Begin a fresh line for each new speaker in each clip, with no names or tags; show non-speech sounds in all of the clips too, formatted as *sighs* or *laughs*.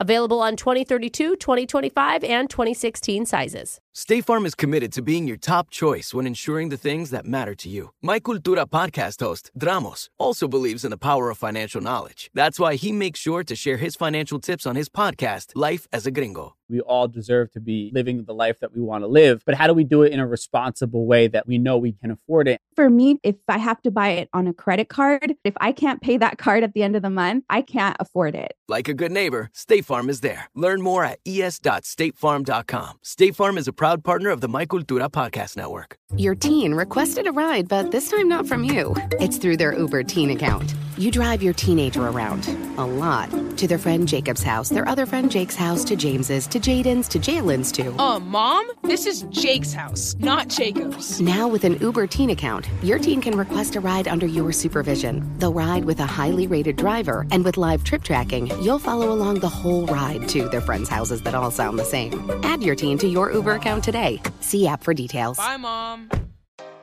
Available on 2032, 2025, and 2016 sizes.
State Farm is committed to being your top choice when ensuring the things that matter to you. My Cultura podcast host, Dramos, also believes in the power of financial knowledge. That's why he makes sure to share his financial tips on his podcast, Life as a Gringo.
We all deserve to be living the life that we want to live, but how do we do it in a responsible way that we know we can afford it?
For me, if I have to buy it on a credit card, if I can't pay that *laughs* card at the end of the month, I can't afford it.
Like a good neighbor, State Farm is there. Learn more at es.statefarm.com. State Farm is a proud partner of the My Cultura podcast network.
Your teen requested a ride, but this time not from you. It's through their Uber teen account. You drive your teenager around a lot to their friend Jacob's house, their other friend Jake's house, to James's, to Jaden's, to Jalen's, too.
Uh, Mom, this is Jake's house, not Jacob's.
Now, with an Uber teen account, your teen can request a ride under your supervision. They'll ride with a highly rated driver, and with live trip tracking, you'll follow along the whole ride to their friends' houses that all sound the same. Add your teen to your Uber account today. See app for details.
Bye, Mom.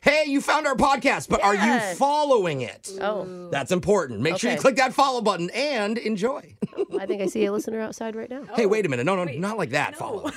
Hey, you found our podcast, but are
Yeah.
you following it?
Oh,
That's important. Make sure you
Okay.
click that follow button and enjoy.
Oh, I think I see a listener outside right now.
hey, wait a minute. No, no, not like that. Follow.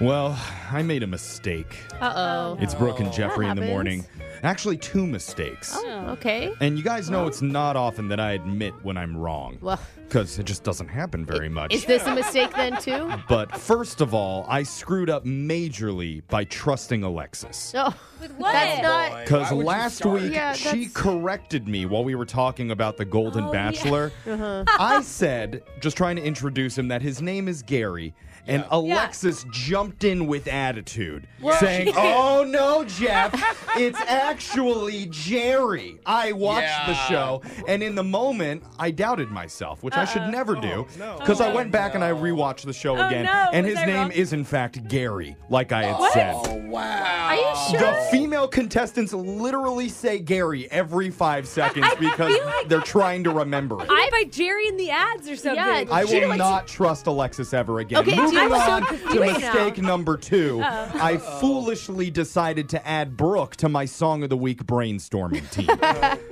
Well, I made a mistake.
Uh
It's Brooke and Jeffrey in the
happens.
morning. Actually, two mistakes.
oh. Okay.
And you guys know it's not often that I admit when I'm wrong.
Well-
because it just doesn't happen very much.
Is this a mistake then, too?
but first of all, I screwed up majorly by trusting Alexis.
No. That's not.
Because last week
Yeah,
she
that's- Oh,
corrected me while we were talking about the Golden
*laughs*
Bachelor.
Uh-huh.
I said, just trying to introduce him, that his name is Gary. And Alexis jumped in with attitude,
*laughs*
*laughs*
saying, Oh no, Jeff, it's actually Jerry. I watched the show, and in the moment, I doubted myself, which I should never do. Because I went back and I rewatched the show again, and his name is, in fact, Gary, like I had
uh,
said.
Oh,
Are you sure?
The female contestants literally say Gary every five seconds because they're trying to remember it.
I by Jerry in the ads or something.
Yeah,
I
*laughs*
will not trust Alexis ever again.
Okay,
Moving
I'm so
on to
confused now.
mistake number 2
Oh.
I foolishly decided to add Brooke to my song of the week brainstorming
*laughs*
team.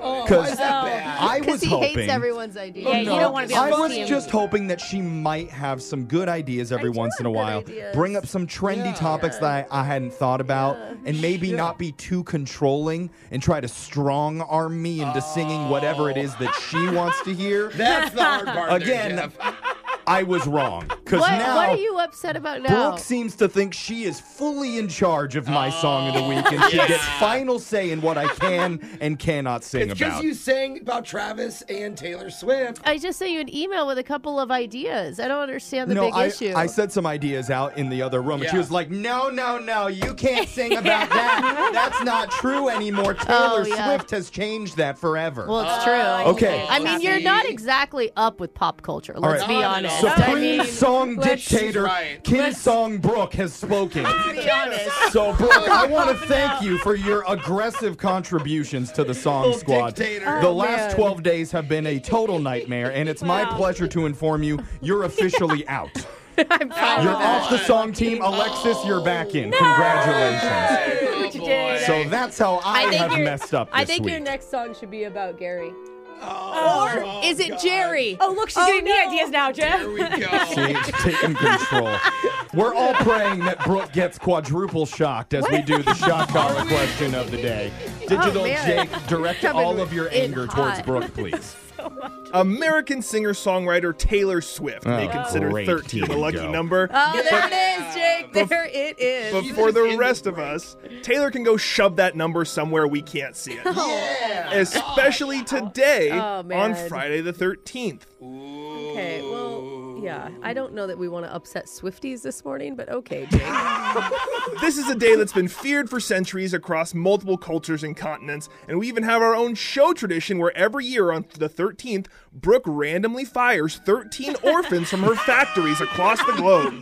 Oh,
Because I was
Because he
hoping.
hates everyone's idea.
Yeah, you don't want to be on
I
the
was
team.
just hoping that she might have some good ideas every once in a while. Bring up some trendy topics that I, I hadn't thought about and maybe not be too controlling and try to strong arm me into singing whatever it is that she
Oh.
wants to hear.
*laughs* That's the hard part.
Again, I was wrong. Because
What,
now.
what are you upset about now?
Brooke seems to think she is fully in charge of my song of the week, and
Oh,
she gets final say in what I can and cannot sing
It's
about.
because you sang about Travis and Taylor Swift.
I just sent you an email with a couple of ideas. I don't understand the
no,
big
I,
issue.
I said some ideas out in the other room, and she
Yeah.
was like, "No, no, no, you can't sing about that. That's not true anymore. Taylor
Oh, yeah.
Swift has changed that forever."
well, it's
Oh,
true.
Oh, okay.
I mean, you're not e- exactly up with pop culture. Let's
right.
be
Not at
honest.
all.
I
Supreme
mean,
song dictator
right.
Kim Song Brooke has spoken. *laughs* So, Brooke, I want to thank you for your aggressive contributions to the Song
Little
Squad.
dictator.
The last 12 days have been a total nightmare, and it's my pleasure to inform you you're officially out. You're off the song team. Alexis, you're back in. Congratulations. So that's how I,
think
have
you're-
messed up this
I think
week.
your next song should be about Gary.
Oh,
or is it Jerry?
Oh, look, she's giving me ideas now, Jeff.
Here
*laughs*
we go.
See, taking control. We're all praying that Brooke gets quadruple shocked as we do the shock collar
*laughs*
question of the day. Digital
man.
Oh,
Jake, direct
Coming
all of your
in
anger
hot.
*laughs*
towards Brooke, please.
American singer songwriter Taylor Swift. they
Oh,
consider
great.
13 a
Here we
lucky
go.
number.
Oh, there
But-
it is, Jake.
Bef-
there it is.
But for the rest of us, Taylor can go shove that number somewhere we can't see it.
Oh, Yeah.
Especially today
Oh,
on
man.
Friday the 13th.
Okay, well, yeah. I don't know that we want to upset Swifties this morning, but okay, Jake.
This is a day that's been feared for centuries across multiple cultures and continents, and we even have our own show tradition where every year on the 13th, Brooke randomly fires 13 orphans from her factories across the globe.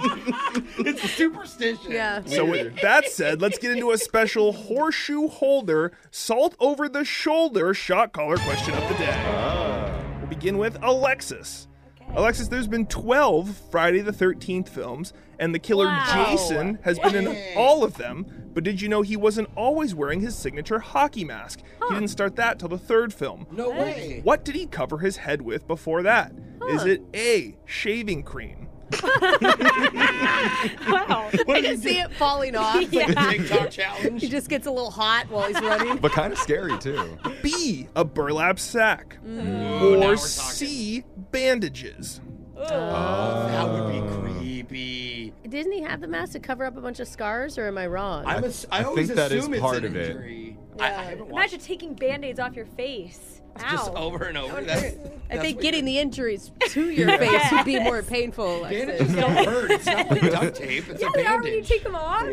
It's superstition.
Yeah.
So, with that said, let's get into a special horseshoe holder, salt over the shoulder shot caller question of the day.
Ah.
We'll begin with Alexis. Alexis, there's been 12 Friday the 13th films, and the killer
Wow.
Jason has been in
Dang.
all of them, but did you know he wasn't always wearing his signature hockey mask? He didn't start that till the third film.
No way.
What did he cover his head with before that? Is it A, shaving cream?
I can see it falling off.
Yeah.
TikTok challenge. He just gets a little hot while he's
*laughs*
running.
But kind of scary too. B, a burlap sack.
Mm. Ooh, now we're
Or
talking.
C, bandages.
Oh, That would
Oh.
be creepy.
Didn't he have the mask to cover up a bunch of scars, or am I wrong?
I'm ass- I always assume it's an injury. I, I haven't watched
Imagine taking band-aids off your face. Ow.
just over and over. That's,
I
that's
think
what
getting the injuries to
*laughs*
your face would be more painful. Alexis.
Bandages don't hurt. It's not like duct tape. It's
yeah,
a
they are when you
bandage.
take them off.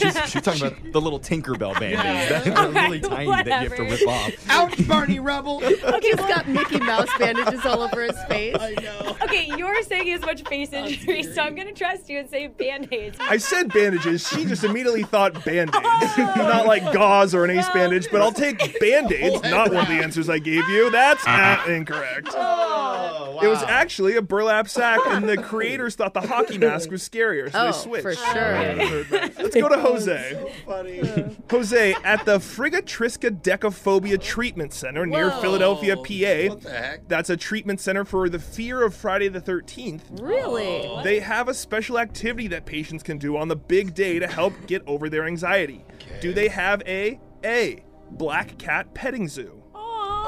She's, she's talking
*laughs*
about the little Tinkerbell band aids. They're really tiny that you have to
whatever.
rip off.
Out, Barney
*laughs*
Rebel.
He's got Mickey Mouse bandages all over his face. I
know.
Okay, you're saying as much face injury, so I'm gonna trust you and say band-aids.
I said bandages. She just immediately thought
*laughs*
band-aids.
Oh.
*laughs* not like gauze or an ace bandage, but I'll take band-aids, not one of the answers I gave you. That's not incorrect.
Oh,
It was actually a burlap sack, and
*laughs*
the creators thought the hockey mask was scarier, so
Oh,
they switched.
for sure. *laughs*
Let's go to Jose. Jose, at the Frigatrisca Decaphobia Treatment Center near
Whoa.
Philadelphia, PA.
What the heck?
That's a treatment center for the fear of Friday the 13th.
Really?
Oh.
They have a special activity that patients can do on the big day to help get over their anxiety. Do they have a A, black cat petting zoo?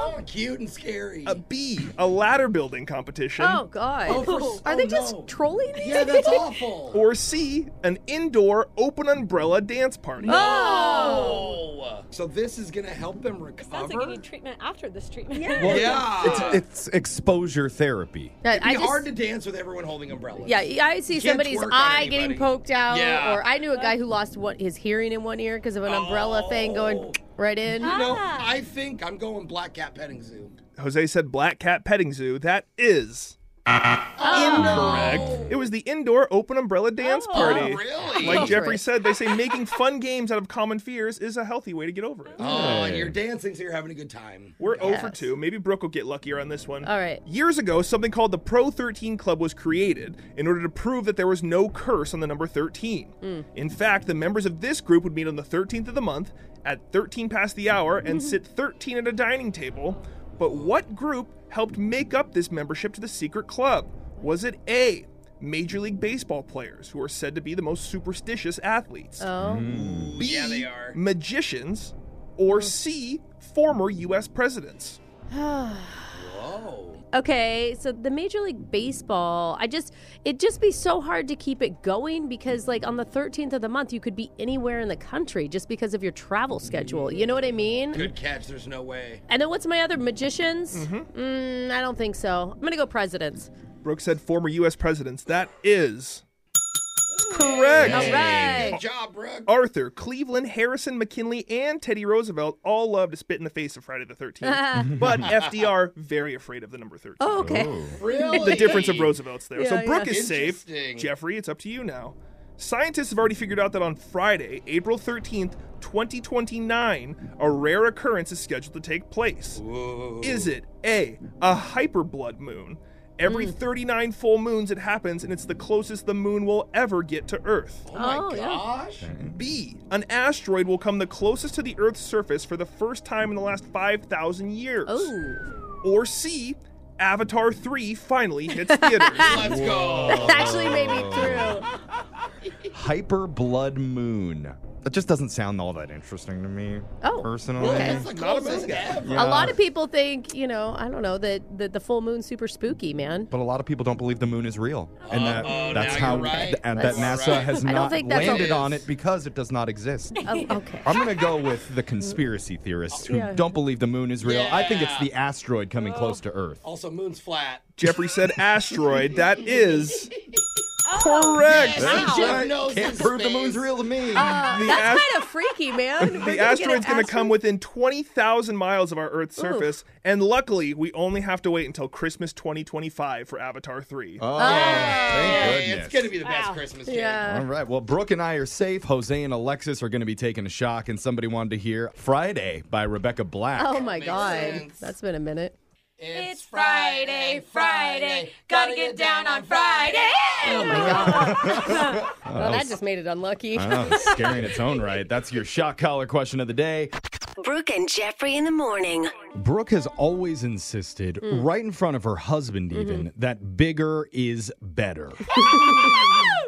Oh, cute and scary.
A B, a ladder building competition?
Oh God!
Oh, for-
Are they just trolling me?
Yeah, that's awful.
Or C, an indoor open umbrella dance party?
Oh. So this is gonna help them recover.
Sounds like you need treatment after this treatment.
Well,
It's, it's exposure therapy.
It'd be
I just-
hard to dance with everyone holding umbrellas.
*laughs* Yeah, I see
Can't
somebody's
twerk on
eye
anybody.
getting poked out,
Yeah.
or I knew a guy who lost what his hearing in one ear because of an umbrella thing going right in.
Oh. You know,
Ah.
Ah.
I think I'm going Black Cat Petting Zoo.
Jose said black cat petting zoo. That is incorrect. It was the indoor open umbrella dance party.
Oh. really?
Like
Over
Jeffrey
it.
said, they say making fun games out of common fears is a healthy way to get over it.
Oh, and you're dancing, so you're having a good time.
We're 0 for 2. Maybe Brooke will get luckier on this one.
All right.
Years ago, something called the Pro 13 Club was created in order to prove that there was no curse on the number 13. In fact, the members of this group would meet on the 13th of the month at 13 past the hour and sit 13 at a dining table. But what group helped make up this membership to the secret club? Was it A, Major League Baseball players who are said to be the most superstitious athletes?
Oh.
B,
Yeah, they are.
magicians, or C, former U.S. presidents?
Whoa.
okay, so the Major League Baseball, I just it'd just be so hard to keep it going because like on the 13th of the month you could be anywhere in the country just because of your travel schedule. You know what I mean?
Good catch. There's no way.
And then what's my other magicians?
Mm-hmm.
Mm, I don't think so. I'm gonna go presidents.
Brooke said former U.S. presidents. That is correct.
All right.
Good job, Brooke.
Arthur, Cleveland, Harrison, McKinley, and Teddy Roosevelt all love to spit in the face of Friday the
*laughs*
13th. but FDR, very afraid of the number 13.
Oh, okay.
Really?
The difference of Roosevelt's there.
Yeah,
so Brooke
yeah.
is safe.
Interesting.
Jeffrey, it's up to you now. Scientists have already figured out that on Friday, April 13th, 2029, a rare occurrence is scheduled to take place. Is it A, a hyperblood moon?
Hmm.
Every 39 full moons it happens, and it's the closest the moon will ever get to Earth.
Oh my
Oh, yeah.
gosh.
B, an asteroid will come the closest to the Earth's surface for the first time in the last 5,000 years.
Oh.
Or C, Avatar 3 finally hits theaters.
Let's go.
Actually maybe true.
Hyper blood moon. That just doesn't sound all that interesting to me.
Oh,
personally,
okay. That's the
Not a moon guy.
Yeah.
A lot of people think, you know, I don't know, that the, the full moon's super spooky, man.
But a lot of people don't believe the moon is real, and that
Uh-oh,
that's
Oh, now
how
you're right.
th- and that
That's-
NASA has
I don't
not
think that's
landed
a-
on it because it does not exist.
Oh, *laughs* okay.
I'm gonna go with the conspiracy theorists who
Yeah.
don't believe the moon is real. I think it's
Yeah.
the asteroid coming close to Earth.
Also, moon's flat.
Jeffrey said asteroid. That is
Oh.
correct.
Yes,
That's
Jeff
right.
knows his space.
real to me.
Uh,
The
that's
ast-
kind of freaky, man. We're gonna
The
get
asteroid's
an
going to come within 20,000 miles of our Earth's
Ooh.
surface, and luckily, we only have to wait until Christmas 2025 for Avatar 3.
Oh,
Hey,
thank goodness.
it's gonna be the best Christmas
*laughs*
game.
All right. Well, Brooke and I are safe. Jose and Alexis are going to be taking a shock, and somebody wanted to hear Friday by Rebecca Black.
Oh my god, that's been a minute.
It's Friday, Friday. Gotta get down on Friday.
Oh
*laughs*
my god.
Oh,
well,
that
that
was-
just made it unlucky.
*laughs* I know, it's
*laughs*
scary in its own right. That's your shock collar question of the day.
Brooke and Jeffrey in the morning.
Brooke has always insisted,
Mm.
right in front of her husband, even, that bigger is better.
*laughs*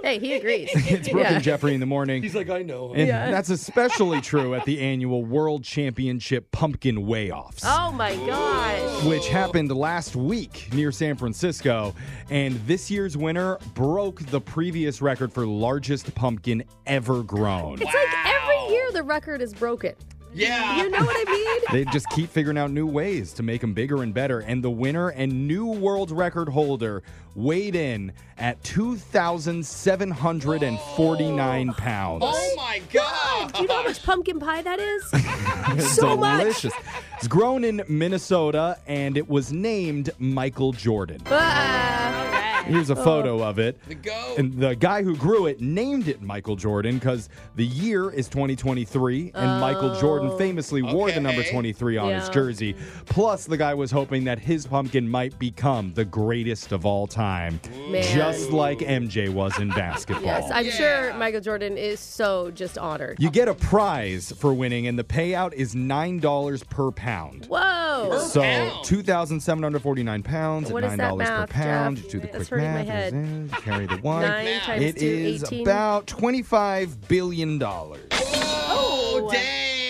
hey, he
*laughs*
agrees.
It's Brooke and Jeffrey in the morning.
He's like, I know.
And that's especially true at the annual World Championship Pumpkin Weigh Offs.
Oh my gosh.
which happened last week near San Francisco. And this year's winner broke the previous record for largest pumpkin ever grown.
It's like every year the record is broken. Yeah. You know what I mean?
They just keep figuring out new ways to make them bigger and better. And the winner and new world record holder weighed in at 2,749 pounds.
Oh my god. Do you know how much pumpkin pie that
*laughs*
is?
It's
So much.
delicious. It's grown in Minnesota and it was named Michael Jordan.
uh,
Here's a photo
Oh.
of it. The goat. And the guy who grew it named it Michael Jordan because the year is 2023, and Michael Jordan
Oh.
famously wore the number 23 on his
Yeah.
jersey. Plus, the guy was hoping that his pumpkin might become the greatest of all time,
Man.
just like MJ was in basketball.
Yes, I'm sure Michael Jordan is so just honored.
you get a prize for winning, and the payout is $9 per pound.
Whoa.
So 2,749 pounds
What
at
is
$9
that
per
math,
pound.
Jeff?
Just do the
That's
quick
hurting my
math.
head.
Zing, Carry the one.
Nine times
It
two,
is
18.
about $25 billion.
Oh,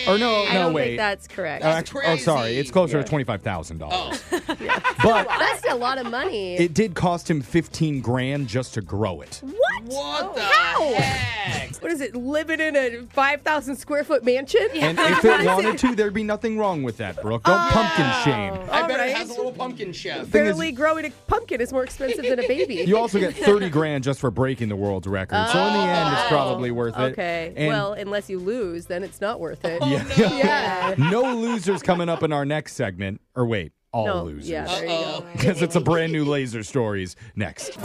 Or no,
I
no,
don't
wait.
think that's correct.
Uh, actu- Oh, sorry. It's closer to $25,000.
*laughs*
But
That's a lot of money.
it did cost him 15 grand just to grow it.
What? What the How? What is it? Living in a 5,000 square foot mansion? *laughs*
And if it wanted to, there'd be nothing wrong with that, Brooke. Don't
Oh.
pumpkin shame.
I bet it has a little pumpkin chef.
thing is-
Barely growing a pumpkin is more expensive than a baby.
*laughs* You also
*laughs*
get 30 grand just for breaking the world's record. so in the end, it's probably worth it.
Oh. Okay.
And
well, eh. unless you lose, then it's not worth it.
Yeah.
Yeah.
no losers coming up in our next segment. Or wait,
*laughs*
all
No,
losers.
yeah, there you go.
Because it's a brand new Laser Stories next.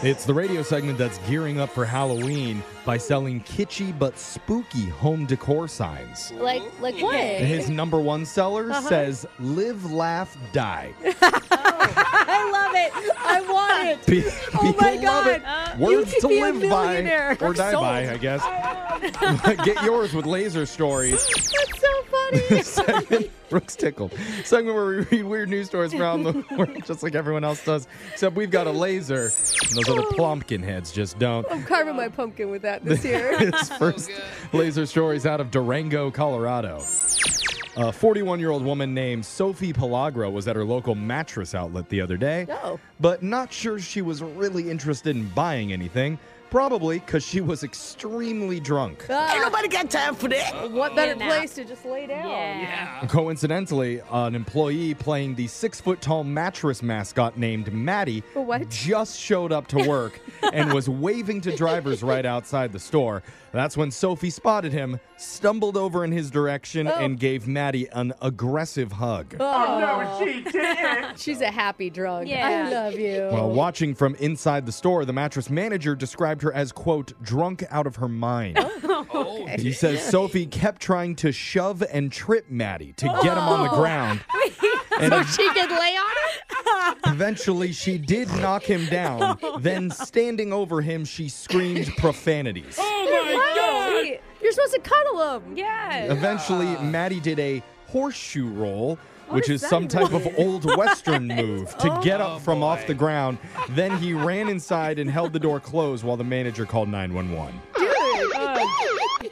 It's the radio segment that's gearing up for Halloween by selling kitschy but spooky home decor signs.
Like, like what?
And His
Oh
number one seller
Uh-huh.
says, Live, laugh, die.
I love it. I want it.
Be-
*laughs* oh my
people love
God.
it.
Uh, You
Words
could
to
be a
live by
millionaire.
or
I'm
die
sold.
by,
*laughs*
I guess. *laughs* Get yours with laser stories.
*laughs* That's so funny.
*laughs* Segment- Brooks Tickle. Segment where we read weird news stories from around the *laughs* world, just like everyone else does. Except we've got a laser, and those
Oh.
other plumpkin heads just don't.
I'm carving my pumpkin with that this
*laughs*
year. *laughs*
this first laser story is out of Durango, Colorado. A 41 year old woman named Sophie Pelagro was at her local mattress outlet the other day,
Oh.
but not sure she was really interested in buying anything, probably because she was extremely drunk.
Ain't nobody got time for that. What better
Yeah, nah.
place to just lay down?
Yeah.
Coincidentally, an employee playing the six foot tall mattress mascot named Maddie
What?
just showed up to work and was waving to drivers right outside the store. That's when Sophie spotted him, stumbled over in his direction,
Oh.
and gave Maddie an aggressive hug.
Oh, no, she did. *laughs* She's a happy drunk. I love you.
While watching from inside the store, the mattress manager described her as, quote, drunk out of her mind.
Oh,
He
*laughs*
says Sophie kept trying to shove and trip Maddie to get him on the
Oh.
*laughs*
ground. And
so
ev-
she could *laughs* lay
Oh,
on him?
Eventually, she did knock him down. Then, standing over him, she screamed profanities.
my god! You're supposed to cuddle him. Yeah.
Eventually, Maddie did a horseshoe roll, which is, some type of old Western move to get up from off the ground. Then he ran inside and held the door closed while the manager called 911.
Dude,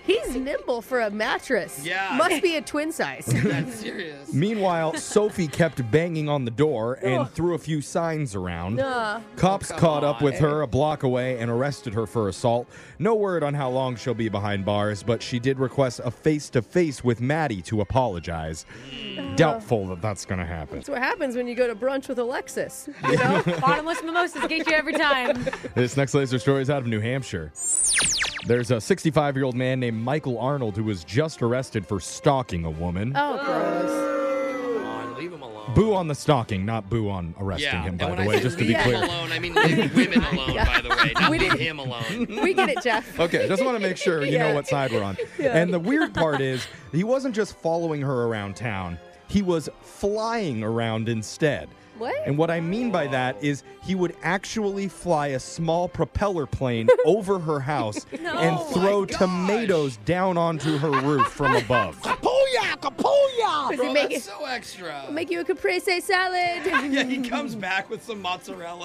he's nimble for a mattress. Yeah. Must be a twin
*laughs*
size.
*laughs*
serious.
Meanwhile, Sophie kept banging on the door and threw a few signs around.
Nah.
Oh,
Cops
Come
caught up
on,
with
eh?
her a block away and arrested her for assault. No word on how long she'll be behind bars, but she did request a face to face with Maddie to apologize. Doubtful that that's going to happen.
That's what happens when you go to brunch with Alexis.
You know, bottomless mimosas get you
*laughs*
every time.
This next laser story is out of New Hampshire. There's a 65 year old man named Michael Arnold who was just arrested for stalking a woman.
Oh, gross.
Come on, leave him alone.
Boo on the stalking, not boo on arresting
Yeah,
him,
and
by
when
the
I
way,
say
just to be
leave him
clear.
*laughs*
alone, I mean leave women alone, by the way, not
We
leave
didn't-
him alone.
We get it, Jeff.
Okay, just want to make sure you
Yeah.
know what side we're on.
Yeah.
And the weird part is, he wasn't just following her around town, he was flying around instead.
What?
And what I mean by that is he would actually fly a small propeller plane over her house
No.
and
Oh my
throw tomatoes down onto her roof
*laughs*
from above. *laughs*
Booyah!
oh,
Kapooyah!
Does it make it-
extra.
Make you a caprese salad.
*laughs* Yeah, he comes back with some
*laughs*
mozzarella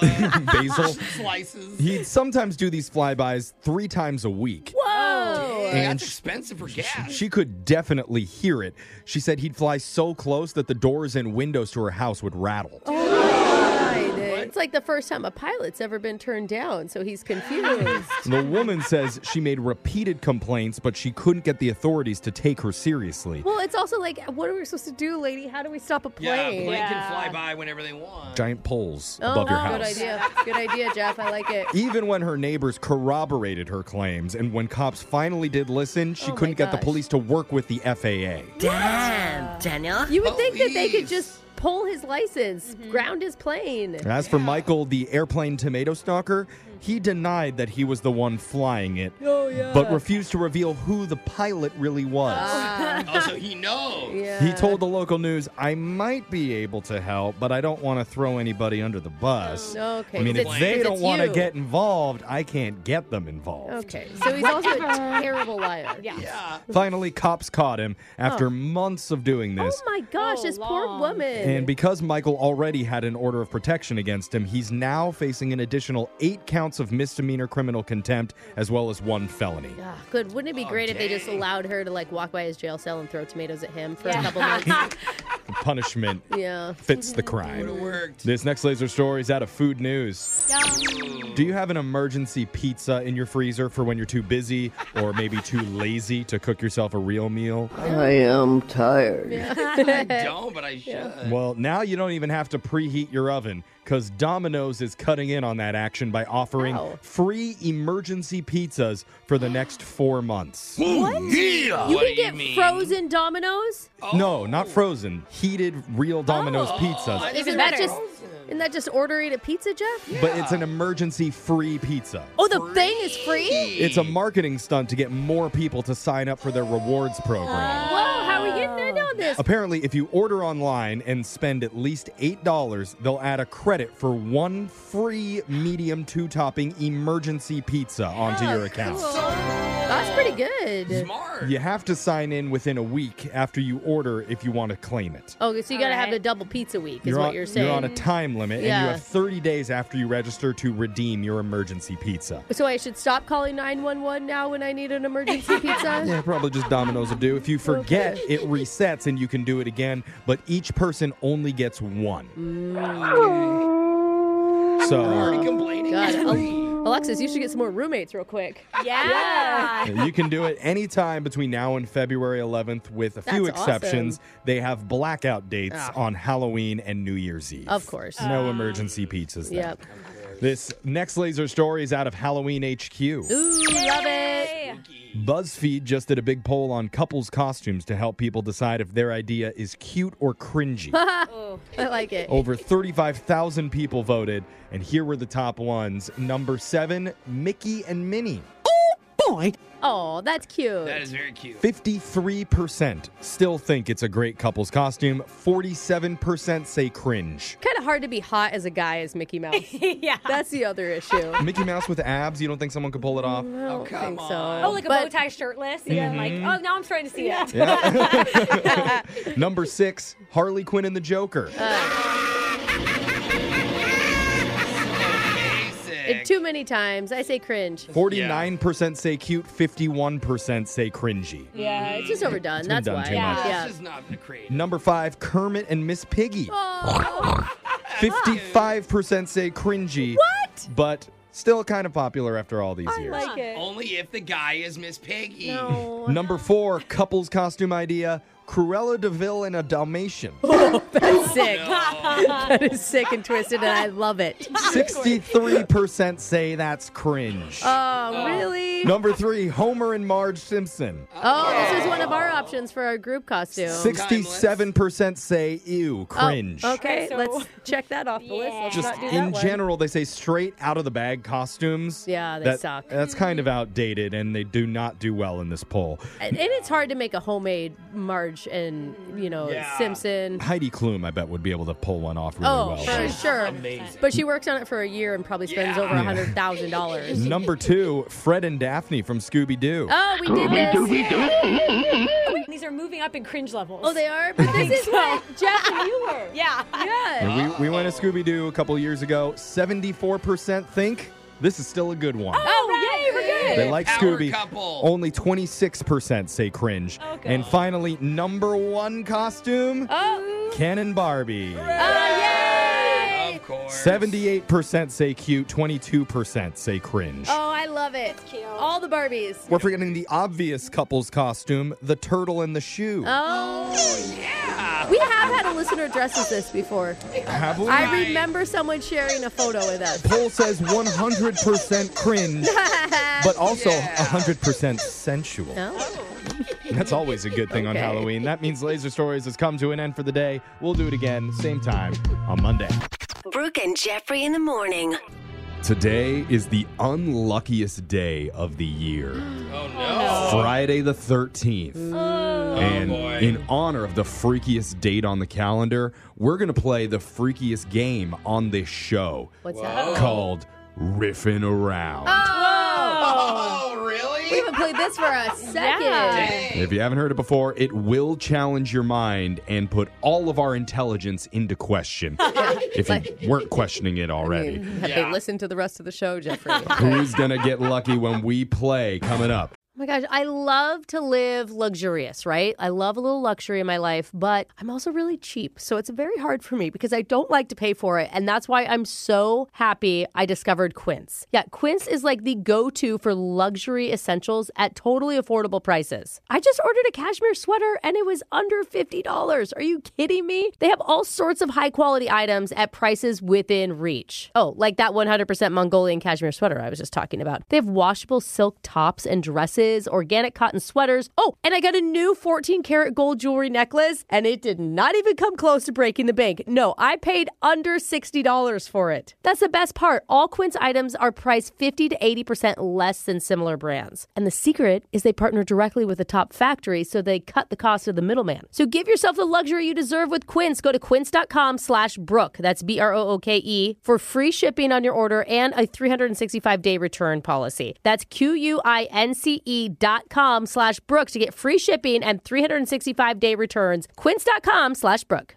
Basil.
slices.
He'd sometimes do these flybys three times a week.
Whoa!
Dang,
And
that's expensive for gas.
She could definitely hear it. She said he'd fly so close that the doors and windows to her house would rattle.
Oh It's like the first time a pilot's ever been turned down, so
*laughs*
he's confused.
The woman says she made repeated complaints, but she couldn't get the authorities to take her seriously.
well, it's also like, what are we supposed to do, lady? How do we stop a
Yeah,
plane?
plane can fly by whenever they want.
Giant poles
Oh,
above your
good
house.
idea. Good idea, Jeff. I like it.
Even when her neighbors corroborated her claims, and when cops finally did listen, she
Oh my
couldn't get the
gosh.
police to work with the FAA.
Damn, Daniel. You
Oh.
would think that they could just pull his license,
Mm-hmm.
ground his plane.
As for Michael, the airplane tomato stalker, he denied that he was the one flying it,
Oh, yeah.
but refused to reveal who the pilot really was.
oh, so he knows.
He told the local news, I might be able to help, but I don't want to throw anybody under the bus.
Oh, okay.
I mean,
'Cause
if
it's-
they
'cause
don't
it's
want to
you.
get involved, I can't get them involved.
Okay, so he's *laughs* also a terrible liar. *laughs* Yeah.
Finally, cops caught him after
Oh.
months of doing this.
Oh my gosh, this poor woman.
And because Michael already had an order of protection against him, he's now facing an additional eight counts of misdemeanor criminal contempt as well as one felony.
Ah, good. Wouldn't it be great if they just
dang.
allowed her to like walk by his jail cell and throw tomatoes at him for
Yeah.
a couple
*laughs*
minutes?
The punishment
*laughs* yeah.
fits the crime.
Would've worked.
This next laser story is out of Food News. Do you have an emergency pizza in your freezer for when you're too busy or maybe too lazy to cook yourself a real meal?
I am tired.
I don't, but I should.
Well, now you don't even have to preheat your oven because Domino's is cutting in on that action by offering free emergency pizzas for the next four months.
What? You can get frozen dominoes?
No, not frozen. Heated real Domino's
Oh.
pizzas.
Isn't that just isn't that just ordering a pizza, Jeff?
But it's an emergency free pizza.
Oh, the thing is free?
It's a marketing stunt to get more people to sign up for their rewards program.
Whoa, how are we getting in on this?
Apparently, if you order online and spend at least $8, they'll add a credit for one free medium two topping emergency pizza onto your account.
That's pretty good. Smart.
You have to sign in within a week after you order if you want to claim it.
Okay, Oh, so you got to have a double pizza week, is
you're
what
on,
you're saying.
on a time limit, and
Yeah.
you have 30 days after you register to redeem your emergency pizza.
so I should stop calling 911 now when I need an *laughs* emergency pizza?
Yeah, probably just Domino's will do. If you forget, it resets and you can do it again, but each person only gets one. So.
complaining. God, Al- Alexis, you should get some more roommates real quick. *laughs* Yeah.
And you can do it anytime between now and February 11th, with a few
That's
exceptions.
awesome.
They have blackout dates
Ah.
on Halloween and New Year's Eve.
Of course.
No emergency pizzas. Then.
Yep.
This next laser story is out of Halloween HQ.
Ooh, love it.
BuzzFeed just did a big poll on couples' costumes to help people decide if their idea is cute or cringy.
I like it.
Over 35,000 people voted, and here were the top ones. Number seven, Mickey and Minnie. Oh boy,
Oh, that's cute.
That is very cute.
53% still think it's a great couple's costume. 47% say cringe.
Kind of hard to be hot as a guy as Mickey Mouse. yeah. That's the other issue. *laughs*
Mickey Mouse with abs, you don't think someone could pull it off?
I don't think so.
Oh, like a bow tie shirtless. Yeah. Like,
Mhm.
oh, now I'm starting to see it.
*laughs* Number six, Harley Quinn and the Joker.
It- too many times. I say cringe.
49% say cute, 51% say cringy.
Yeah, it's just overdone.
It's been
That's
done
why.
too
yeah.
much.
yeah.
This is not the crazy.
Number five, Kermit and Miss Piggy. 55% say cringy.
What?
But still kind of popular after all these years.
like it. Only if the guy is Miss Piggy. No.
Number four, couples costume idea Cruella DeVille and a Dalmatian.
Oh That's sick. that is sick and twisted, and I love it.
63% say that's cringe.
Oh, really?
Number three, Homer and Marge Simpson.
Oh, this is one of our options for our group costume.
67% say ew,
Oh,
cringe.
okay, let's check that off the list. Let's
Just
not do that
in
one.
general, they say straight out of the bag costumes.
Yeah, they suck.
That's kind of outdated, and they do not do well in this poll.
And, and it's hard to make a homemade Marge and, you know,
*laughs*
Simpson.
Heidi Klum, I bet, would be able to pull one off really
oh, for
well.
sure. But she works on it for a year and probably spends over
Yeah.
a hundred thousand dollars. *laughs*
Number two, Fred and Daphne from Scooby Doo.
Oh, we did this.
*laughs* These are moving up in cringe levels.
Oh, they are. But this is what Jeff and you were.
*laughs* Yeah.
Yeah.
We, we went to Scooby Doo a couple years ago. 74% think this is still a good one.
Oh, yay, we're good.
They like Scooby. Only 26% say cringe. and finally, number one costume
Oh.
Ken and Barbie.
yay!
Of course.
78% say cute, 22% say cringe.
Oh, I love it. All the Barbies.
We're forgetting the obvious couple's costume the turtle and the shoe.
Oh, yeah. We have had a listener dress as this before.
Have we?
I remember someone sharing a photo with us.
Poll says
*laughs*
100% cringe, but also 100% sensual. That's always a good thing on
Okay.
Halloween. That means Laser Stories has come to an end for the day. We'll do it again, same time, on Monday.
Brooke and Jeffrey in the morning.
Today is the unluckiest day of the year.
Oh,
no.
Friday the 13th.
Oh.
Oh,
and
boy.
in honor of the freakiest date on the calendar, we're going to play the freakiest game on this show
What's that?
called Riffin' Around.
Oh.
Oh.
oh, really?
We haven't played this for
*laughs*
a second.
If you haven't heard it before, it will challenge your mind and put all of our intelligence into question. if you weren't questioning it already.
Have they listened to the rest of the show, Jeffrey?
*laughs* Who's going to get lucky when we play coming up?
Oh my gosh, I love to live luxurious, right? I love a little luxury in my life, but I'm also really cheap. So it's very hard for me because I don't like to pay for it. And that's why I'm so happy I discovered Quince. Yeah, Quince is like the go to for luxury essentials at totally affordable prices. I just ordered a cashmere sweater and it was under $50. Are you kidding me? They have all sorts of high quality items at prices within reach. Oh, like that 100% Mongolian cashmere sweater I was just talking about. They have washable silk tops and dresses, organic cotton sweaters. Oh, and I got a new 14 karat gold jewelry necklace, and it did not even come close to breaking the bank. No, I paid under $60 for it. That's the best part. All Quince items are priced 50 to 80% less than similar brands. And the secret is they partner directly with the top factory, so they cut the cost of the middleman. So give yourself the luxury you deserve with Quince. Go to quince.com slash Brooke, that's B R O O K E, for free shipping on your order and a 365 day return policy. That's Q U I N C E dot com slash Brooke to get free shipping and 365 day returns. Quince.com slash Brooke.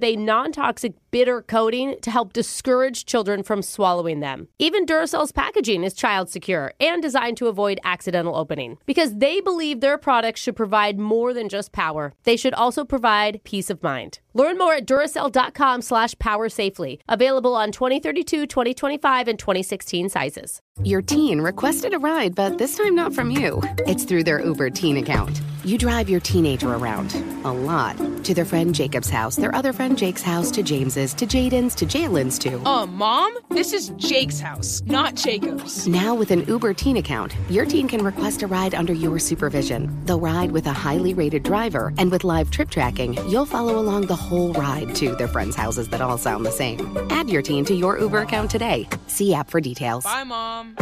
with a non toxic bitter coating to help discourage children from swallowing them. Even Duracell's packaging is child secure and designed to avoid accidental opening because they believe their products should provide more than just power. They should also provide peace of mind. Learn more at Duracell.com slash power safely. Available on 2032, 2025, and 2016 sizes.
Your teen requested a ride, but this time not from you. It's through their Uber teen account. You drive your teenager around a lot to their friend Jacob's house, their other friend Jake's house, to James's, to Jaden's, to Jalen's, to.
Uh, mom, this is Jake's house, not Jacob's.
Now, with an Uber teen account, your teen can request a ride under your supervision. They'll ride with a highly rated driver, and with live trip tracking, you'll follow along the whole ride to their friends' houses that all sound the same. Add your teen to your Uber account today. See app for details.
Bye, mom.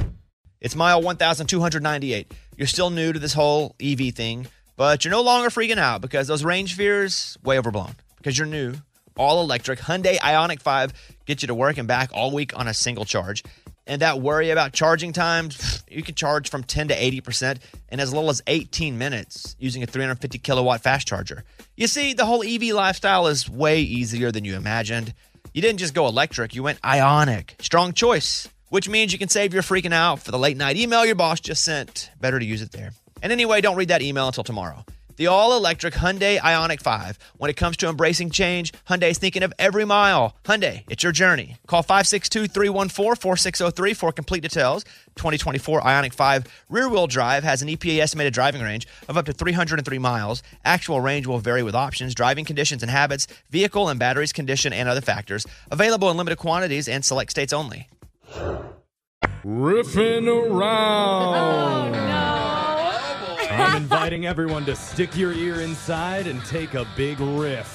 It's mile 1298. You're still new to this whole EV thing, but you're no longer freaking out because those range fears way overblown because you're new. All electric Hyundai Ionic 5 gets you to work and back all week on a single charge. And that worry about charging times, you can charge from 10 to 80% in as little as 18 minutes using a 350 kilowatt fast charger. You see, the whole EV lifestyle is way easier than you imagined. You didn't just go electric, you went ionic. Strong choice which means you can save your freaking out for the late night email your boss just sent. Better to use it there. And anyway, don't read that email until tomorrow. The all electric Hyundai Ionic 5. When it comes to embracing change, Hyundai is thinking of every mile. Hyundai, it's your journey. Call 562 314 4603 for complete details. 2024 Ionic 5 rear wheel drive has an EPA estimated driving range of up to 303 miles. Actual range will vary with options, driving conditions and habits, vehicle and batteries condition, and other factors. Available in limited quantities and select states only.
Riffing around.
Oh, no. *laughs*
I'm inviting everyone to stick your ear inside and take a big riff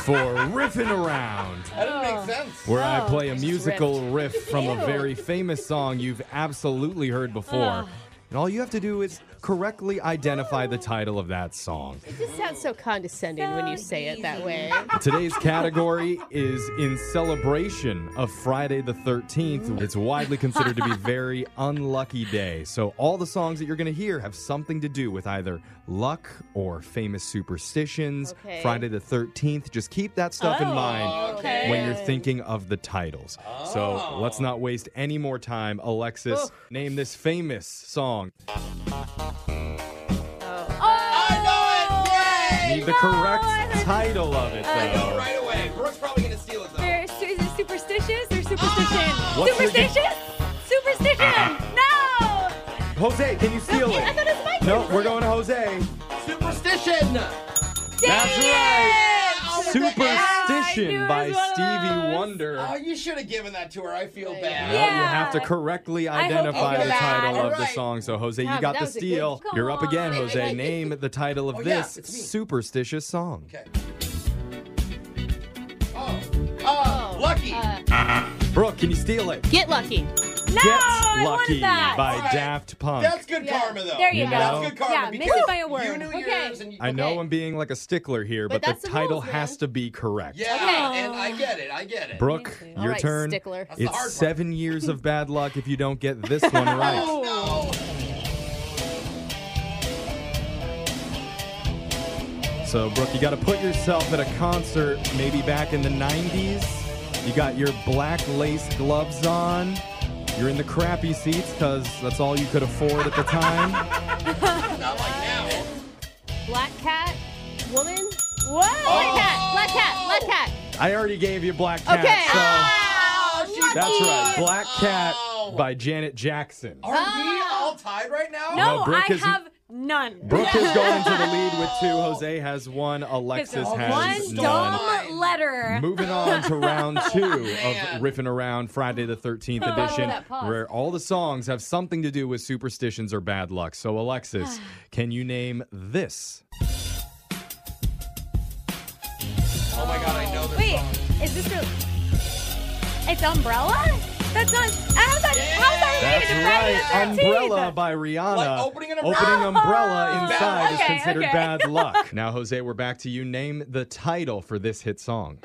for riffing around.
That didn't make sense.
Where
Oh,
Oh,
I play a musical riff from a very famous song you've absolutely heard before. And all you have to do is correctly identify the title of that song.
It just sounds so condescending when you say it that
*laughs*
way.
Today's category is in celebration of Friday the 13th. It's widely considered to be very unlucky day. So all the songs that you're going to hear have something to do with either luck or famous superstitions.
Okay.
Friday the 13th, just keep that stuff in
Oh,
mind
okay.
when you're thinking of the titles. So let's not waste any more time. Alexis,
Ugh.
name this famous song.
Oh.
Need the correct title of it,
I
though.
right away. Brooke's probably gonna steal it though. They're, su- is it superstitious or *gasps* superstition?
What's the-
superstitious? Superstition! No!
Jose, can you Uh-huh. steal
Okay,
it?
I thought it was my
No,
turn.
we're going to Jose.
Superstition!
That's right. Superstition by Stevie Wonder.
Oh, you should have given that to her. I feel
Now
bad.
you have to correctly
I hope you
identify
feel
the
bad.
title of the
Alright.
song. So, Jose,
Yeah,
you
but
got
that
the
was a good-
steal.
come
You're up again,
on.
Jose. Name the title of
Oh, yeah,
this
it's me.
superstitious song.
Oh, lucky.
Brooke, can you steal it?
Uh, Get lucky.
No,
Get
I
Lucky
wanted that.
by Daft Punk.
That's good karma, though.
There you,
You
go.
know?
That's good karma
Yeah,
because
miss it by a word.
you knew
okay.
yours and you,
I know I'm being like a stickler here,
But
but,
that's
the
the
title
rules,
has to be correct.
yeah, and I get it. I get it.
Brooke, your
Alright,
turn.
stickler. That's the hard part.
It's seven years of bad luck if you don't get
*laughs*
this one
Oh,
right. So, Brooke, you got to put yourself at a concert, maybe back in the 90s. You got your black lace gloves on. You're in the crappy seats because that's all you could afford at the time.
Black cat, woman.
What?
Oh.
Black cat, black cat, black cat.
I already gave you Black Cat.
Okay.
So
Oh, she-
that's right. Black Cat by Janet Jackson.
Are we all tied right now?
No, No, Brooke
Ah. I
is-
have none.
Brooke is going to the lead with two. Jose has one.
Because
Alexis
of
has
one
none.
dumb letter.
Moving on to
*laughs*
round two of Riffing Around Friday the 13th
Oh,
edition,
that pause.
where all the songs have something to do with superstitions or bad luck. So,
*sighs*
Alexis, can you name this?
Oh my god, I know
*laughs*
this.
Wait, is this real? It's umbrella? That's not. How's that? How's that related
That's
to Friday the
right.
13th?
Umbrella by Rihanna.
Like opening an umbrella?
Opening umbrella
Oh.
inside
Okay,
is considered
okay.
bad
*laughs*
luck. Now, Jose, we're back to you. Name the title for this hit song.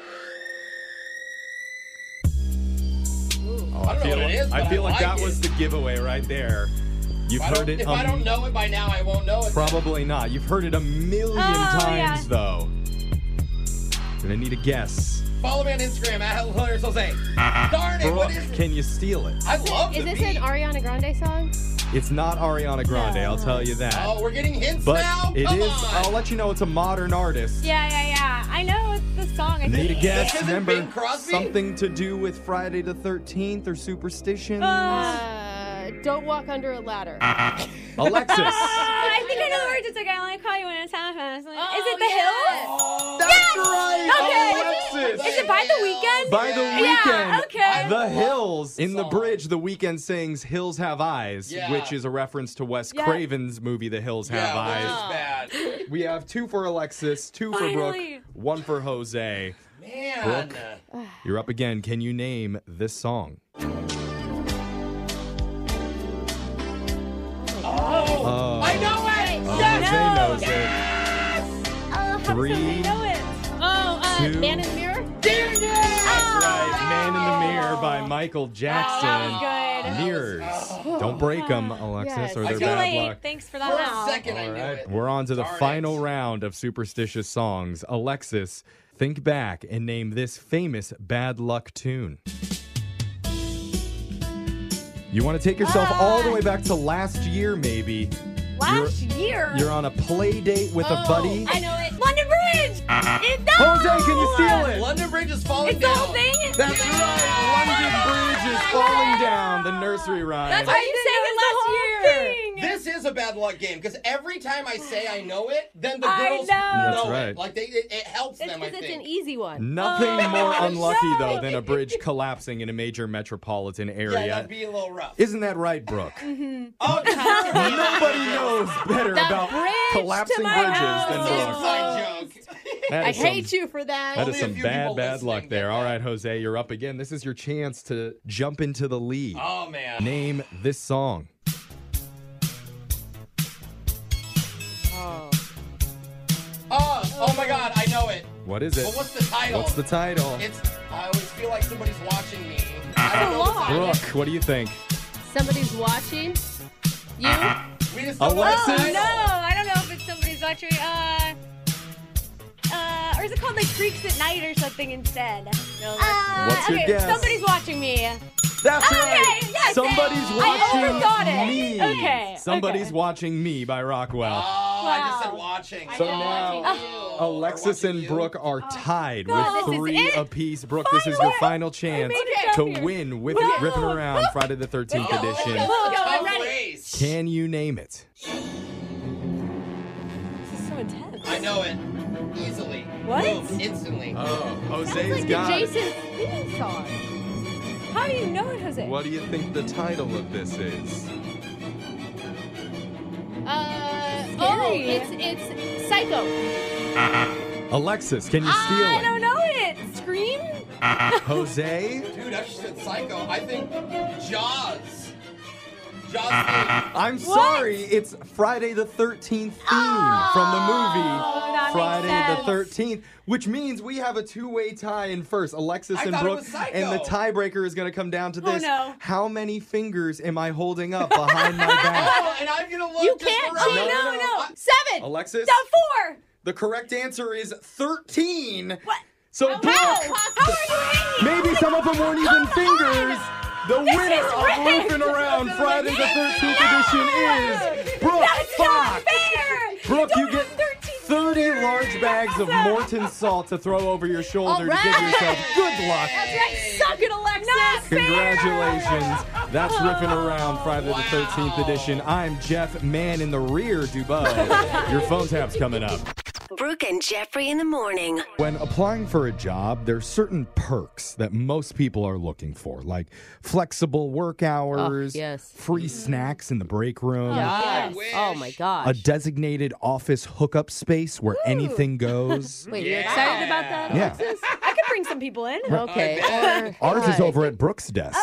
Oh,
I don't know
feel,
what it is,
I
but
feel
I
like,
like
that was the giveaway right there. You've
If I
heard
don't,
it.
if I
um,
don't know it by now, I won't know it.
Oh,
Probably not. You've heard it a million
Oh,
times, though. person. I need a guess.
Follow me on Instagram at Hilarious Jose. Darn it, what
Brooke,
is it?
can you steal it?
I love
Is
the
this
beat.
an Ariana Grande song?
It's not Ariana Grande, I'll tell you that.
Oh, we're getting hints
but
now?
it
Come
is-
on.
I'll let you know it's a modern artist.
Yeah, yeah, yeah. I know it's the song. I
Need a
just-
guess?
This isn't
Remember
Bing Crosby?
something to do with Friday the 13th or superstition?
Uh, don't walk under a ladder.
*laughs*
Alexis.
I think I know the words. It's like I only call you when it's time. Is
Oh,
it the hills?
Oh, That's right.
Okay.
Alexis.
Is it by the weekend?
By the
Yeah,
weekend,
okay.
the Hills in the bridge. The weekend sings "Hills Have Eyes,"
Yeah.
which is a reference to Wes
Yeah.
Craven's movie "The Hills Have Eyes."
yeah, which is
*laughs*
bad.
We have two for Alexis, two for
Finally.
Brooke, one for Jose.
Man.
You're up again. Can you name this song?
Oh,
Oh.
I know it.
Oh,
yes.
Jose knows
Oh,
it. Three,
I know it.
Oh, uh,
Two. Oh.
man in the mirror.
Damn it.
That's right. Man in
Oh.
the Mirror by
Oh,
Michael Jackson. Mirrors.
Oh.
Don't break them, Alexis, or they're
Too
bad
late.
luck.
Thanks for
For
that.
a second, I
All
knew
right.
it.
We're on to the
Darn it.
final round of superstitious songs. Alexis, think back and name this famous bad luck tune. You want to take yourself all the way back to last year, maybe.
Last year. Oh,
You're on a play date with a buddy.
I know it. London Bridge. It- no!
Jose, can you steal it?
London Bridge is falling
It's the *laughs*
down.
whole thing.
That's right. London Bridge is falling down. The nursery rhyme.
That's why you sang it last year.
This is a bad luck game because every time I say I know it, then the
I know.
girls
That's
it.
right.
Like they, it, it helps
It's
them. I
because it's an
think.
easy one.
Nothing
Oh.
*laughs*
more
no.
unlucky though than a bridge collapsing in a major metropolitan area.
yeah, that'd be a little rough.
Isn't that right, Brooke?
Mm-hmm.
Oh,
Nobody knows better
The
about
bridge to
collapsing
my
bridges
house
than
is
Brooke.
Oh.
Inside joke.
That
I
is
hate
some-
you for that.
That is
Only a
some
few
bad,
people
bad
listening
luck
get
there.
that.
All right, Jose, you're up again. This is your chance to jump into the lead.
Oh man.
Name this song.
Oh.
Oh, oh my God, I know it.
What is it?
But what's the title?
What's the title?
It's. I always feel like somebody's watching me.
Uh-huh.
I don't know the title.
Brooke, what do you think?
Somebody's watching. You?
We just don't know the
Alexis?
Oh, No,
title.
I don't know if it's somebody's watching. Uh, uh, or is it called like Freaks at Night or something instead? No. Uh,
What's your
okay,
guess?
Somebody's watching me.
That's
Okay,
right.
yes,
Somebody's watching
I overthought it.
me.
Okay,
Somebody's
okay.
watching me by Rockwell.
Oh, I just said
Wow.
watching.
So now, Alexis
Or watching
and
you.
Brooke are tied
God, Oh, this
with
is
three
it.
apiece. Brooke, this is your final chance
made it
to
down here.
win with
No.
Ripping Around Friday the 13th
Oh,
edition.
Go,
it's
go,
tough
I'm ready.
ways.
Can you name it?
This is so intense.
I know it easily.
What?
Boom, instantly.
Oh, Jose's
It's like the Jason theme song.
How do you know it, Jose?
What do you think the title of this is?
Uh, oh,
Scary.
it's it's Psycho.
Alexis, can you steal
I
it?
don't know it. Scream?
Jose?
Dude, I just said psycho. I think Jaws. Jaws.
I'm sorry, it's Friday the 13th theme from the movie
Oh, that makes sense.
Friday the 13th, which means we have a two-way tie in first, Alexis
I
and
thought it
Brooke,
was Psycho.
and the tiebreaker is going to come down to
Oh,
this:
no.
how many fingers am I holding up
*laughs*
behind my back?
*laughs* oh, and I'm gonna look.
You
just
can't
around.
cheat. No,
no, no.
no. Seven.
Alexis,
The four.
the correct answer is 13.
What? Oh,
So Brooke,
How are you in here?
maybe some of them weren't even fingers. The winner
is
of
rigged.
Roofing Around Friday the 13th edition is Brooke
That's not
Fox.
fair.
Brooke,
don't
you get
have 13
30 large bags of Morton salt to throw over your shoulder
All
to give
right.
yourself good luck.
That's right. Suck it, Alexis.
Congratulations. That's ripping around Friday
Wow.
the 13th edition. I'm Jeff, man in the rear, Dubois. your phone tap's coming up.
Brooke and Jeffrey in the morning.
When applying for a job, there's certain perks that most people are looking for, like flexible work hours,
Oh, yes.
free snacks in the break room,
Yes.
wish.
Oh my
a
gosh.
designated office hookup space where
*laughs*
*laughs*
anything goes.
Wait, you're excited about that,
Yeah.
Alexis?
I could bring some people in. *laughs* Oh.
Okay. or-
Ours is
Right.
over at Brooks' desk.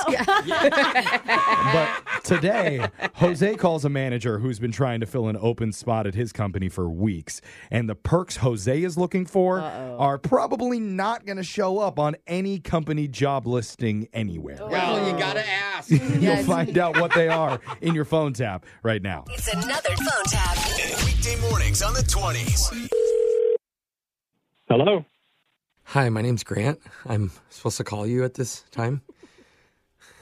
but today, Jose calls a manager who's been trying to fill an open spot at his company for weeks. And the perks Jose is looking for are probably not going to show up on any company job listing anywhere.
Well, you
*laughs*
gotta
*laughs*
ask.
You'll find out what they are in your phone tap right now.
It's another phone tap.
Weekday mornings on the 20s.
Hello.
Hi, my name's Grant. I'm supposed to call you at this time.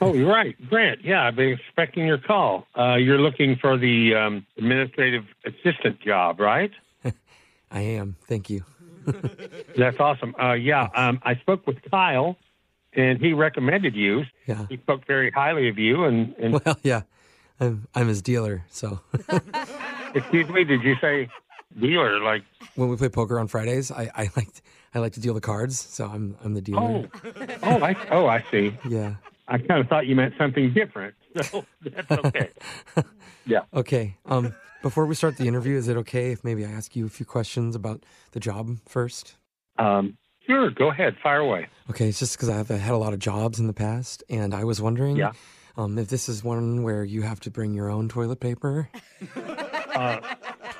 Oh, you're right, Grant. Yeah, I've been expecting your call. Uh, you're looking for the um, administrative assistant job, right?
I am. Thank you.
That's awesome. Uh, yeah, um, I spoke with Kyle, and he recommended you.
Yeah.
He spoke very highly of you. And, and
*laughs* well, yeah, I'm I'm his dealer. So *laughs*
excuse me, did you say dealer?
*laughs*
Like,
when we play poker on Fridays, I I like to- I like to deal the cards. So I'm I'm the dealer.
oh, I, oh, I *laughs* see.
Yeah.
I kind of thought you meant something different. So that's okay. yeah.
Okay. Um, before we start the interview, is it okay if maybe I ask you a few questions about the job first?
Um, *laughs* sure. Go ahead. Fire away.
Okay, it's just because I've had a lot of jobs in the past, and I was wondering
Yeah.
um, if this is one where you have to bring your own toilet paper.
Uh,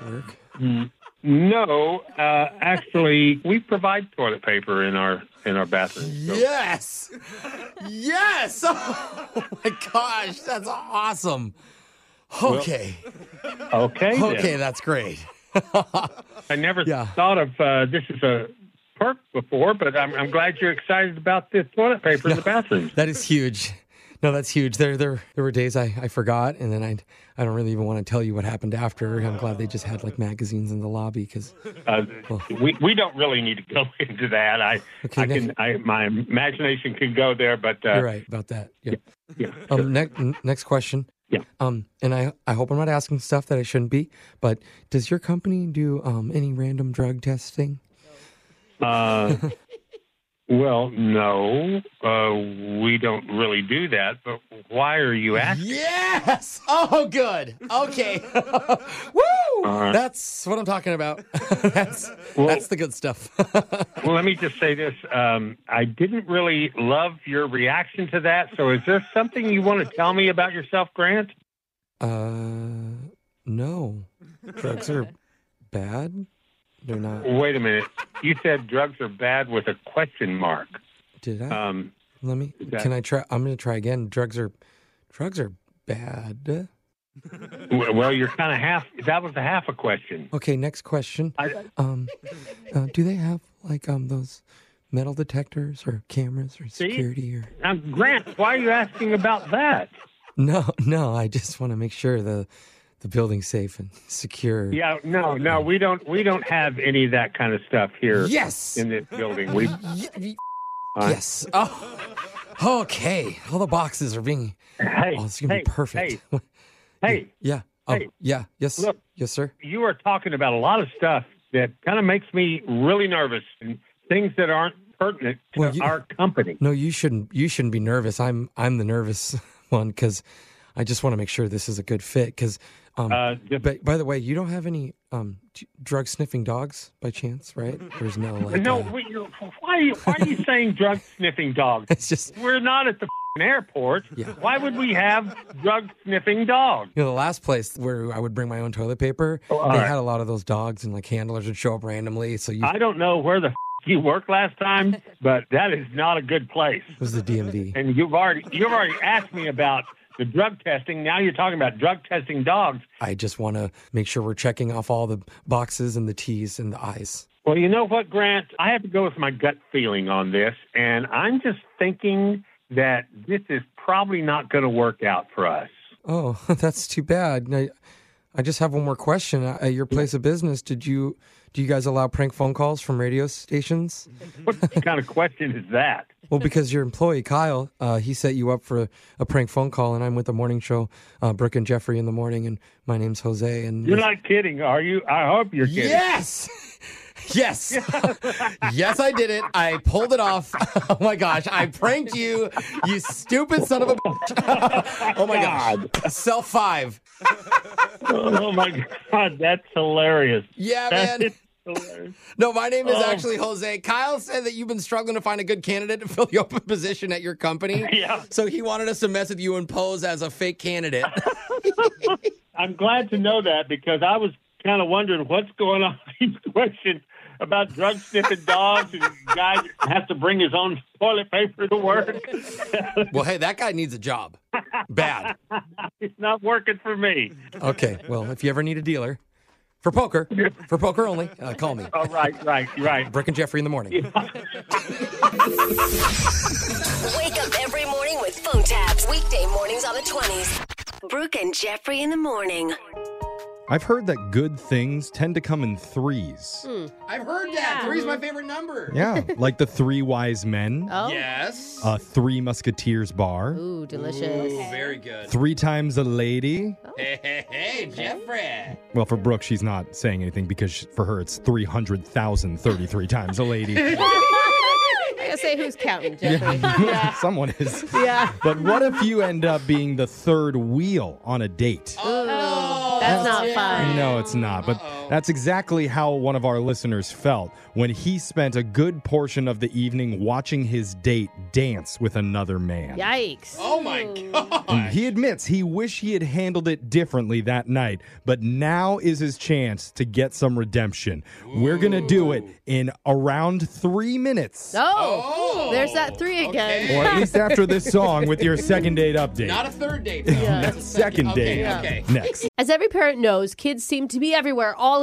Work.
mm, no, uh, actually, we provide toilet paper in our in our bathrooms. so-
*laughs*
Yes.
*laughs*
Yes. Oh my gosh, that's awesome.
Well,
Okay.
okay. then.
okay, that's great.
*laughs* I never thought of uh, this as a perk before, but I'm, I'm glad you're excited about this toilet paper in the bathroom.
That is huge. No, that's huge. There, there, there were days I, I forgot, and then I, I don't really even want to tell you what happened after. I'm glad they just had like magazines in the lobby because
Uh, we we don't really need to go *laughs* into that. I
Okay,
I can I, my imagination can go there, but uh,
you're right about that. Yeah. Um. Next, next question.
Yeah.
Um. And I, I hope I'm not asking stuff that I shouldn't be. But does your company do um any random drug testing?
Uh, well, no, uh, we don't really do that. But why are you asking?
Yes. Oh, good.
*laughs*
Okay. *laughs* Woo!
All right.
That's what I'm talking about. that's that's the good stuff.
Well, let me just say this: um, I didn't really love your reaction to that. So, is there something you want to tell me about yourself, Grant?
Uh, no. Drugs *laughs* are bad. They're not.
Wait a minute. You said drugs are bad with a question mark.
Did I?
Um,
Let me.
is that-
Can I try? I'm gonna try again. Drugs are, drugs are bad.
w- well, you're kind of half. That was a half a question.
Okay. Next question.
I-
Um, uh, do they have like um those metal detectors or cameras or
See?
security or?
Now, Grant, why are you asking about that?
No, *laughs* no. I just want to make sure the the building's safe and secure.
Yeah, no, no, we don't. We don't have any of that kind of stuff here.
Yes!
in this building. We
Yes. Oh. Okay. All the boxes are being.
Hey.
Oh, it's gonna
hey,
be perfect.
Hey,
*laughs* yeah. Oh,
hey.
yeah. Yes.
Look.
yes, sir.
you are talking about a lot of stuff that kind of makes me really nervous and things that aren't pertinent to
Well, you-
our company.
No, you shouldn't. You shouldn't be nervous. I'm. I'm the nervous *laughs* one because I just want to make sure this is a good fit. Because, um,
Uh,
but by the way, you don't have any um drug sniffing dogs by chance, right? There's no *laughs* like.
*laughs* no,
uh,
we, you- why are you why are you saying drug sniffing dogs?
It's just
we're not at the f***ing airport. Why would we have drug sniffing dogs?
you know, the last place where I would bring my own toilet paper,
Oh, all
they
right.
had a lot of those dogs and like handlers would show up randomly. So you,
I don't know where the f- you worked last time, but that is not a good place.
it was the DMV.
And you've already you've already asked me about the drug testing. Now you're talking about drug testing dogs.
I just want to make sure we're checking off all the boxes and the T's and the I's.
Well, you know what, Grant? I have to go with my gut feeling on this, and I'm just thinking that this is probably not going to work out for us. *laughs*
Oh, *laughs* that's too bad. I, I just have one more question. Uh, At your place of business, did you do you guys allow prank phone calls from radio stations?
What kind of question is that?
*laughs* Well, because your employee Kyle, uh, he set you up for a, a prank phone call, and I'm with the morning show, uh, Brooke and Jeffrey in the morning, and my name's Jose. And
You're not kidding, are you? I hope you're kidding.
Yes! *laughs*
*laughs*
Yes. yes, I did it. I pulled it off. *laughs* Oh my gosh. I pranked you, you stupid son of a bitch. *laughs* oh my god. Self five.
oh my god, that's hilarious.
Yeah,
That
man.
is hilarious.
No, my name is
Oh.
actually Jose. Kyle said that you've been struggling to find a good candidate
*laughs*
to fill the open position at your company.
*laughs* Yeah.
So he wanted us to mess with you and pose as a fake candidate.
*laughs* I'm glad to know that because I was kind of wondering what's going on *laughs* with these questions about drug sniffing dogs and guy that has to bring his own toilet paper to work.
well, hey, that guy needs a job. Bad.
*laughs* it's not working for me.
Okay. Well, if you ever need a dealer, For poker, for poker only, uh, call me.
Oh, right, right, right.
Brick and Jeffrey in the morning.
Wake up every morning with phone taps. Weekday mornings on the 20s. Brooke and Jeffrey in the morning.
I've heard that good things tend to come in threes.
Hmm. I've
*laughs*
heard that. Three's my favorite number. *laughs*
Yeah, like the Three Wise Men,
Oh. Yes.
uh, Three Musketeers Bar,
Ooh, delicious. Oh.
Ooh, very good.
Three Times a Lady.
Hey, hey, hey, Jeffrey.
Well, for Brooke, she's not saying anything because sh- for her, it's 300,033 times
*laughs*
a lady.
Oh
*laughs*
I gotta say who's counting, Jeffrey.
Yeah. *laughs* Someone is.
Yeah.
But what if you end up being the third wheel on a date?
Oh, That's not fun.
No, it's not. But that's exactly how one of our listeners felt when he spent a good portion of the evening watching his date dance with another man.
Yikes. Hmm.
Oh my god.
And he admits he wish he had handled it differently that night, but now is his chance to get some redemption. We're going to do it in around three minutes.
Oh, there's that three again.
Or
*laughs*
at least after this song with your second date update.
Not a third date.
That's second, date next.
As every parent knows, kids seem to be everywhere all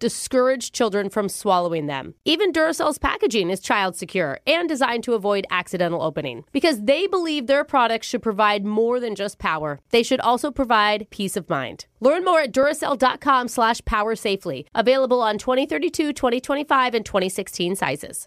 discourage children from swallowing them. Even Duracell's packaging is child secure and designed to avoid accidental opening because they believe their products should provide more than just power. They should also provide peace of mind. Learn more at Duracell.com slash power safely. Available on 2032, 2025, and 2016 sizes.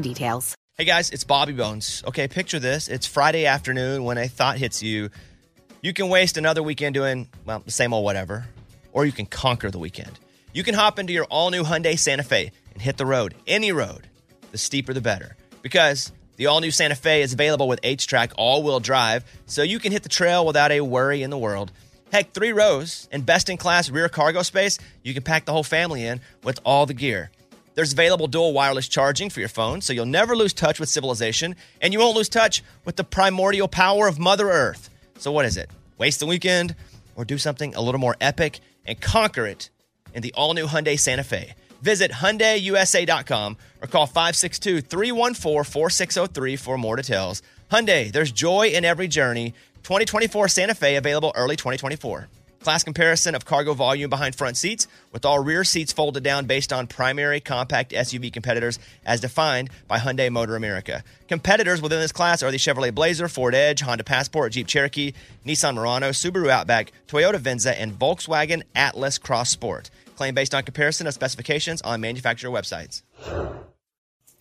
details.
Hey guys, it's Bobby Bones. Okay, picture this. It's Friday afternoon when a thought hits you. You can waste another weekend doing, well, the same old whatever, or you can conquer the weekend. You can hop into your all new Hyundai Santa Fe and hit the road, any road. The steeper, the better. Because the all new Santa Fe is available with H track all wheel drive, so you can hit the trail without a worry in the world. Heck, three rows and best in class rear cargo space, you can pack the whole family in with all the gear. There's available dual wireless charging for your phone, so you'll never lose touch with civilization, and you won't lose touch with the primordial power of Mother Earth. So, what is it? Waste the weekend or do something a little more epic and conquer it in the all new Hyundai Santa Fe? Visit HyundaiUSA.com or call 562 314 4603 for more details. Hyundai, there's joy in every journey. 2024 Santa Fe available early 2024. Class comparison of cargo volume behind front seats, with all rear seats folded down based on primary compact SUV competitors as defined by Hyundai Motor America. Competitors within this class are the Chevrolet Blazer, Ford Edge, Honda Passport, Jeep Cherokee, Nissan Murano, Subaru Outback, Toyota Venza, and Volkswagen Atlas Cross Sport. Claim based on comparison of specifications on manufacturer websites.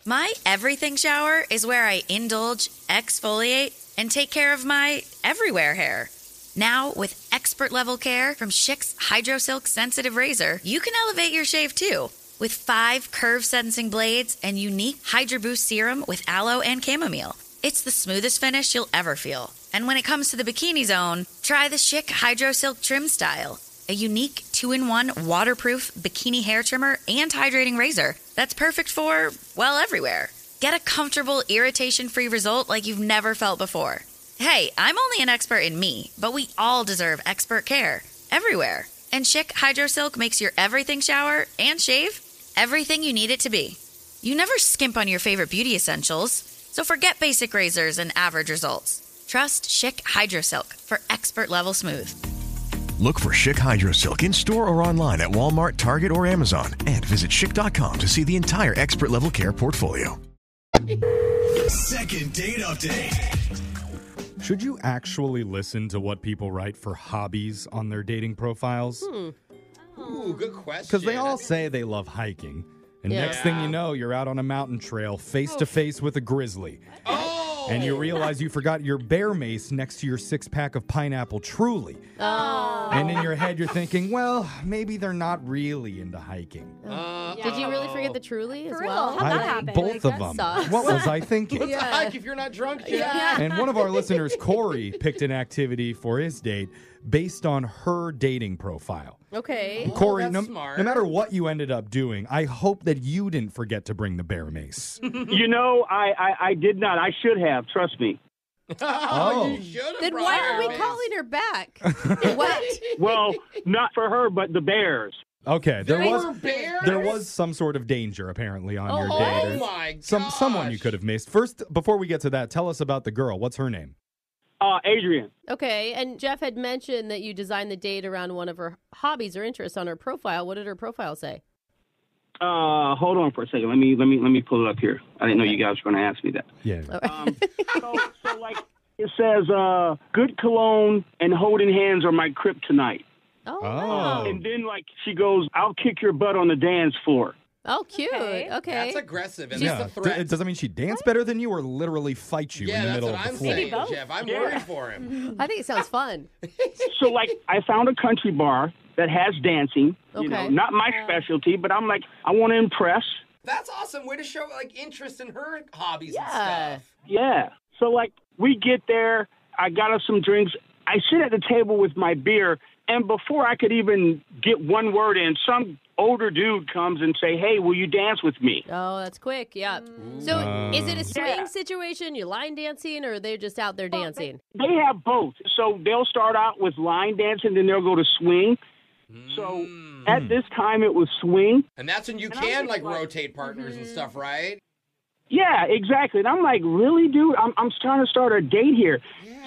My everything shower is where I indulge, exfoliate, and take care of my everywhere hair. Now, with expert level care from Schick's Hydro Silk Sensitive Razor, you can elevate your shave too. With five curve sensing blades and unique Hydro Boost serum with aloe and chamomile, it's the smoothest finish you'll ever feel. And when it comes to the bikini zone, try the Schick Hydro Silk Trim Style a unique two in one waterproof bikini hair trimmer and hydrating razor that's perfect for, well, everywhere. Get a comfortable, irritation free result like you've never felt before. Hey, I'm only an expert in me, but we all deserve expert care everywhere. And Chic Hydro Silk makes your everything shower and shave everything you need it to be. You never skimp on your favorite beauty essentials, so forget basic razors and average results. Trust Chic Hydro Silk for expert level smooth.
Look for Schick Hydro Silk in store or online at Walmart, Target, or Amazon, and visit Schick.com to see the entire expert level care portfolio.
Second date update.
Should you actually listen to what people write for hobbies on their dating profiles?
Hmm.
Ooh, good question.
Because they all say they love hiking. And
Yeah. Oh.
next thing you know, you're out on a mountain trail face to face with a grizzly. Oh! And you realize you forgot your bear mace next to your six pack of pineapple truly.
Oh.
And in your head, you're thinking, well, maybe they're not really into hiking.
Did you really forget the truly as
For real,
Uh, well?
how'd that
I-
happen?
Both
Like,
of
that
them.
sucks.
What was I
*laughs*
thinking?
What's a hike if you're not drunk, Jeff?
And one of our listeners, Corey, picked an activity for his date based on her dating profile.
*laughs* Okay.
And Corey, no, no matter what you ended up doing, I hope that you didn't forget to bring the bear mace.
*laughs* you know, I, I, I did not. I should have. Trust me.
Oh.
Then why are we calling her
*laughs*
back? what?
Well, not for her, but the Bears.
Okay, there
There
was
were bears?
there was some sort of danger apparently on your
Oh
date. or
my
Some someone you could have missed. First, before we get to that, tell us about the girl. What's her name?
Uh, Adrian.
Okay, and Jeff had mentioned that you designed the date around one of her hobbies or interests on her profile. What did her profile
*laughs*
say?
Uh, hold on for a second. Let me let me let me pull it up here. I didn't know you guys were going to ask me that. Uh,
Yeah.
It says, uh, "Good cologne and holding hands are my kryptonite."
Oh.
And then like she goes, "I'll kick your butt on the dance floor."
Oh, cute. Okay.
That's aggressive, and
yeah.
that's a threat.
It doesn't mean she danced better than you or literally fight you
yeah,
in the
that's
middle
what
of the
I'm
floor.
saying, Jeff. I'm worried for him.
I think it sounds fun.
so like I found a country bar that has dancing. You know,
Okay.
not my specialty, but I'm like, I want to impress.
That's awesome. Way to show like interest in her hobbies and stuff.
Yeah. So like we get there, I got us some drinks. I sit at the table with my beer, and before I could even get one word in, some older dude comes and say, "Hey, will you dance with me?"
Oh, that's quick. Yeah.
Mm.
So
Ooh.
is it
Yeah.
a swing situation? You line dancing or they're just out there dancing?
They have both. So they'll start out with line dancing, then they'll go to swing. So
Hmm.
at this time, it was swing.
And that's when you can like rotate partners
mm-hmm.
and stuff, right? *laughs*
Yeah, exactly. And I'm like, really, dude? I'm, I'm trying to start a date here.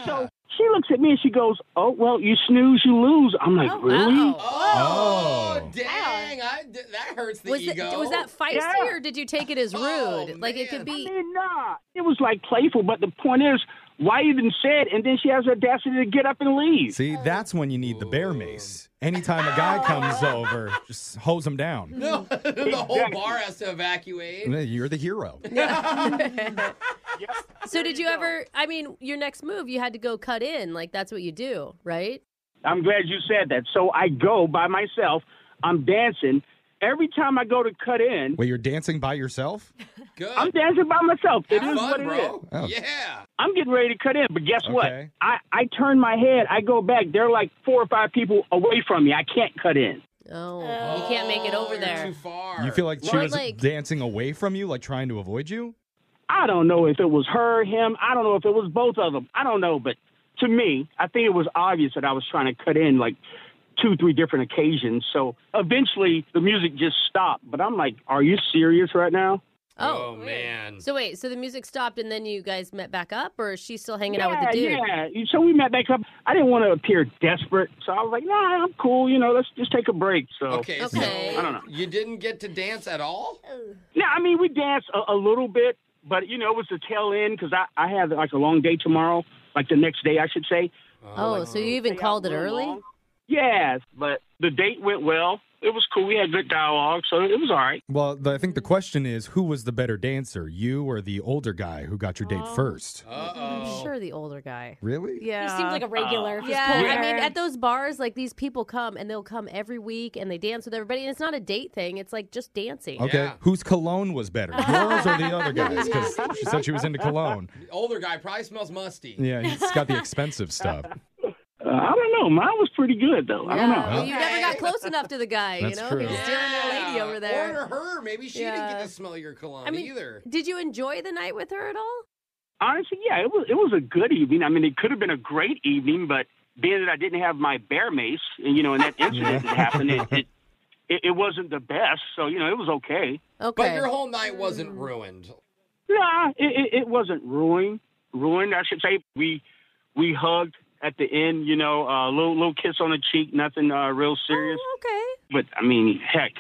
So she looks at me and she goes, oh, well, you snooze, you lose. I'm like, really?
Oh, dang! I, th- that hurts the
Was, it,
ego. Oh,
was that feisty
Yeah.
or did you take it as rude? like it could be.
It was like playful, but the point is, why even say it? And then she has the audacity to get up and leave.
See, that's when you need the bear mace. Anytime
*laughs*
a guy comes over, just hose him
Mm-hmm.
down.
No, *laughs* the whole bar has to evacuate.
You're the hero.
*laughs* So did you ever? I mean, your next move, you had to go cut in. Like that's what you do, right?
I'm glad you said that. So I go by myself. I'm dancing. Every time I go to cut in,
Wait, you're dancing by
*laughs*
yourself?
I'm dancing by myself. It is
Have fun,
what it
bro.
is.
Oh.
Yeah.
I'm getting ready to cut in, but guess what?
Okay.
I, I turn my head. I go back. They're like four or five people away from me. I can't cut in.
Oh, you can't make it over there. Too
Oh, far.
You feel like she
Right,
was
like-
dancing away from you, like trying to avoid you?
I don't know if it was her, him. I don't know if it was both of them. I don't know, but to me, I think it was obvious that I was trying to cut in like two, three different occasions. So eventually, the music just stopped. But I'm like, are you serious right now?
Oh.
man.
So wait, so the music stopped and then you guys met back up, or is she still hanging out with the dude?
yeah. So we met back up. I didn't want to appear desperate, so I was like, "Nah, I'm cool. You know, let's just take a break." So
Okay, so
I don't know.
You didn't get to dance at all?
No, I mean we danced a, a little bit, but you know it was the tail end because I I had like a long day tomorrow, like the next day I should say.
Oh, so you even called it early?
Yes, but the date went well. It was cool. We had good dialogue, so it was all right.
Well, the, I think the question is who was the better dancer, you or the older guy who got your date first?
I'm sure the older guy.
Really?
Yeah,
Oh.
Oh.
He seems like a regular
Oh.
if he's
yeah, I
pulling
mean,
her.
at those bars, like these people come and they'll come every week and they dance with everybody, and it's not a date thing; it's like just dancing.
Okay. Whose cologne
*laughs*
was better, yours or the other guy's? Because she said she was into cologne.
*laughs* The older guy probably smells musty.
Yeah, he's got the expensive stuff.
Uh, I don't know. Mine was pretty good though. I don't know.
Well, you never got close enough to the guy.
That's
you know,
true.
he was stealing your lady over there.
Or her. Maybe she didn't get to smell your cologne
I mean,
either.
Did you enjoy the night with her at all?
Honestly, yeah, it was it was a good evening. I mean, it could have been a great evening, but being that I didn't have my bear mace, and you know, and that incident that happened, it, it it it wasn't the best. So you know, it was okay.
But your whole night wasn't
Mm.
ruined.
Nah, it, it, it wasn't ruined. Ruined, I should say. We we hugged at the end. You know, a little little kiss on the cheek, nothing uh, real serious.
okay.
But I mean, heck,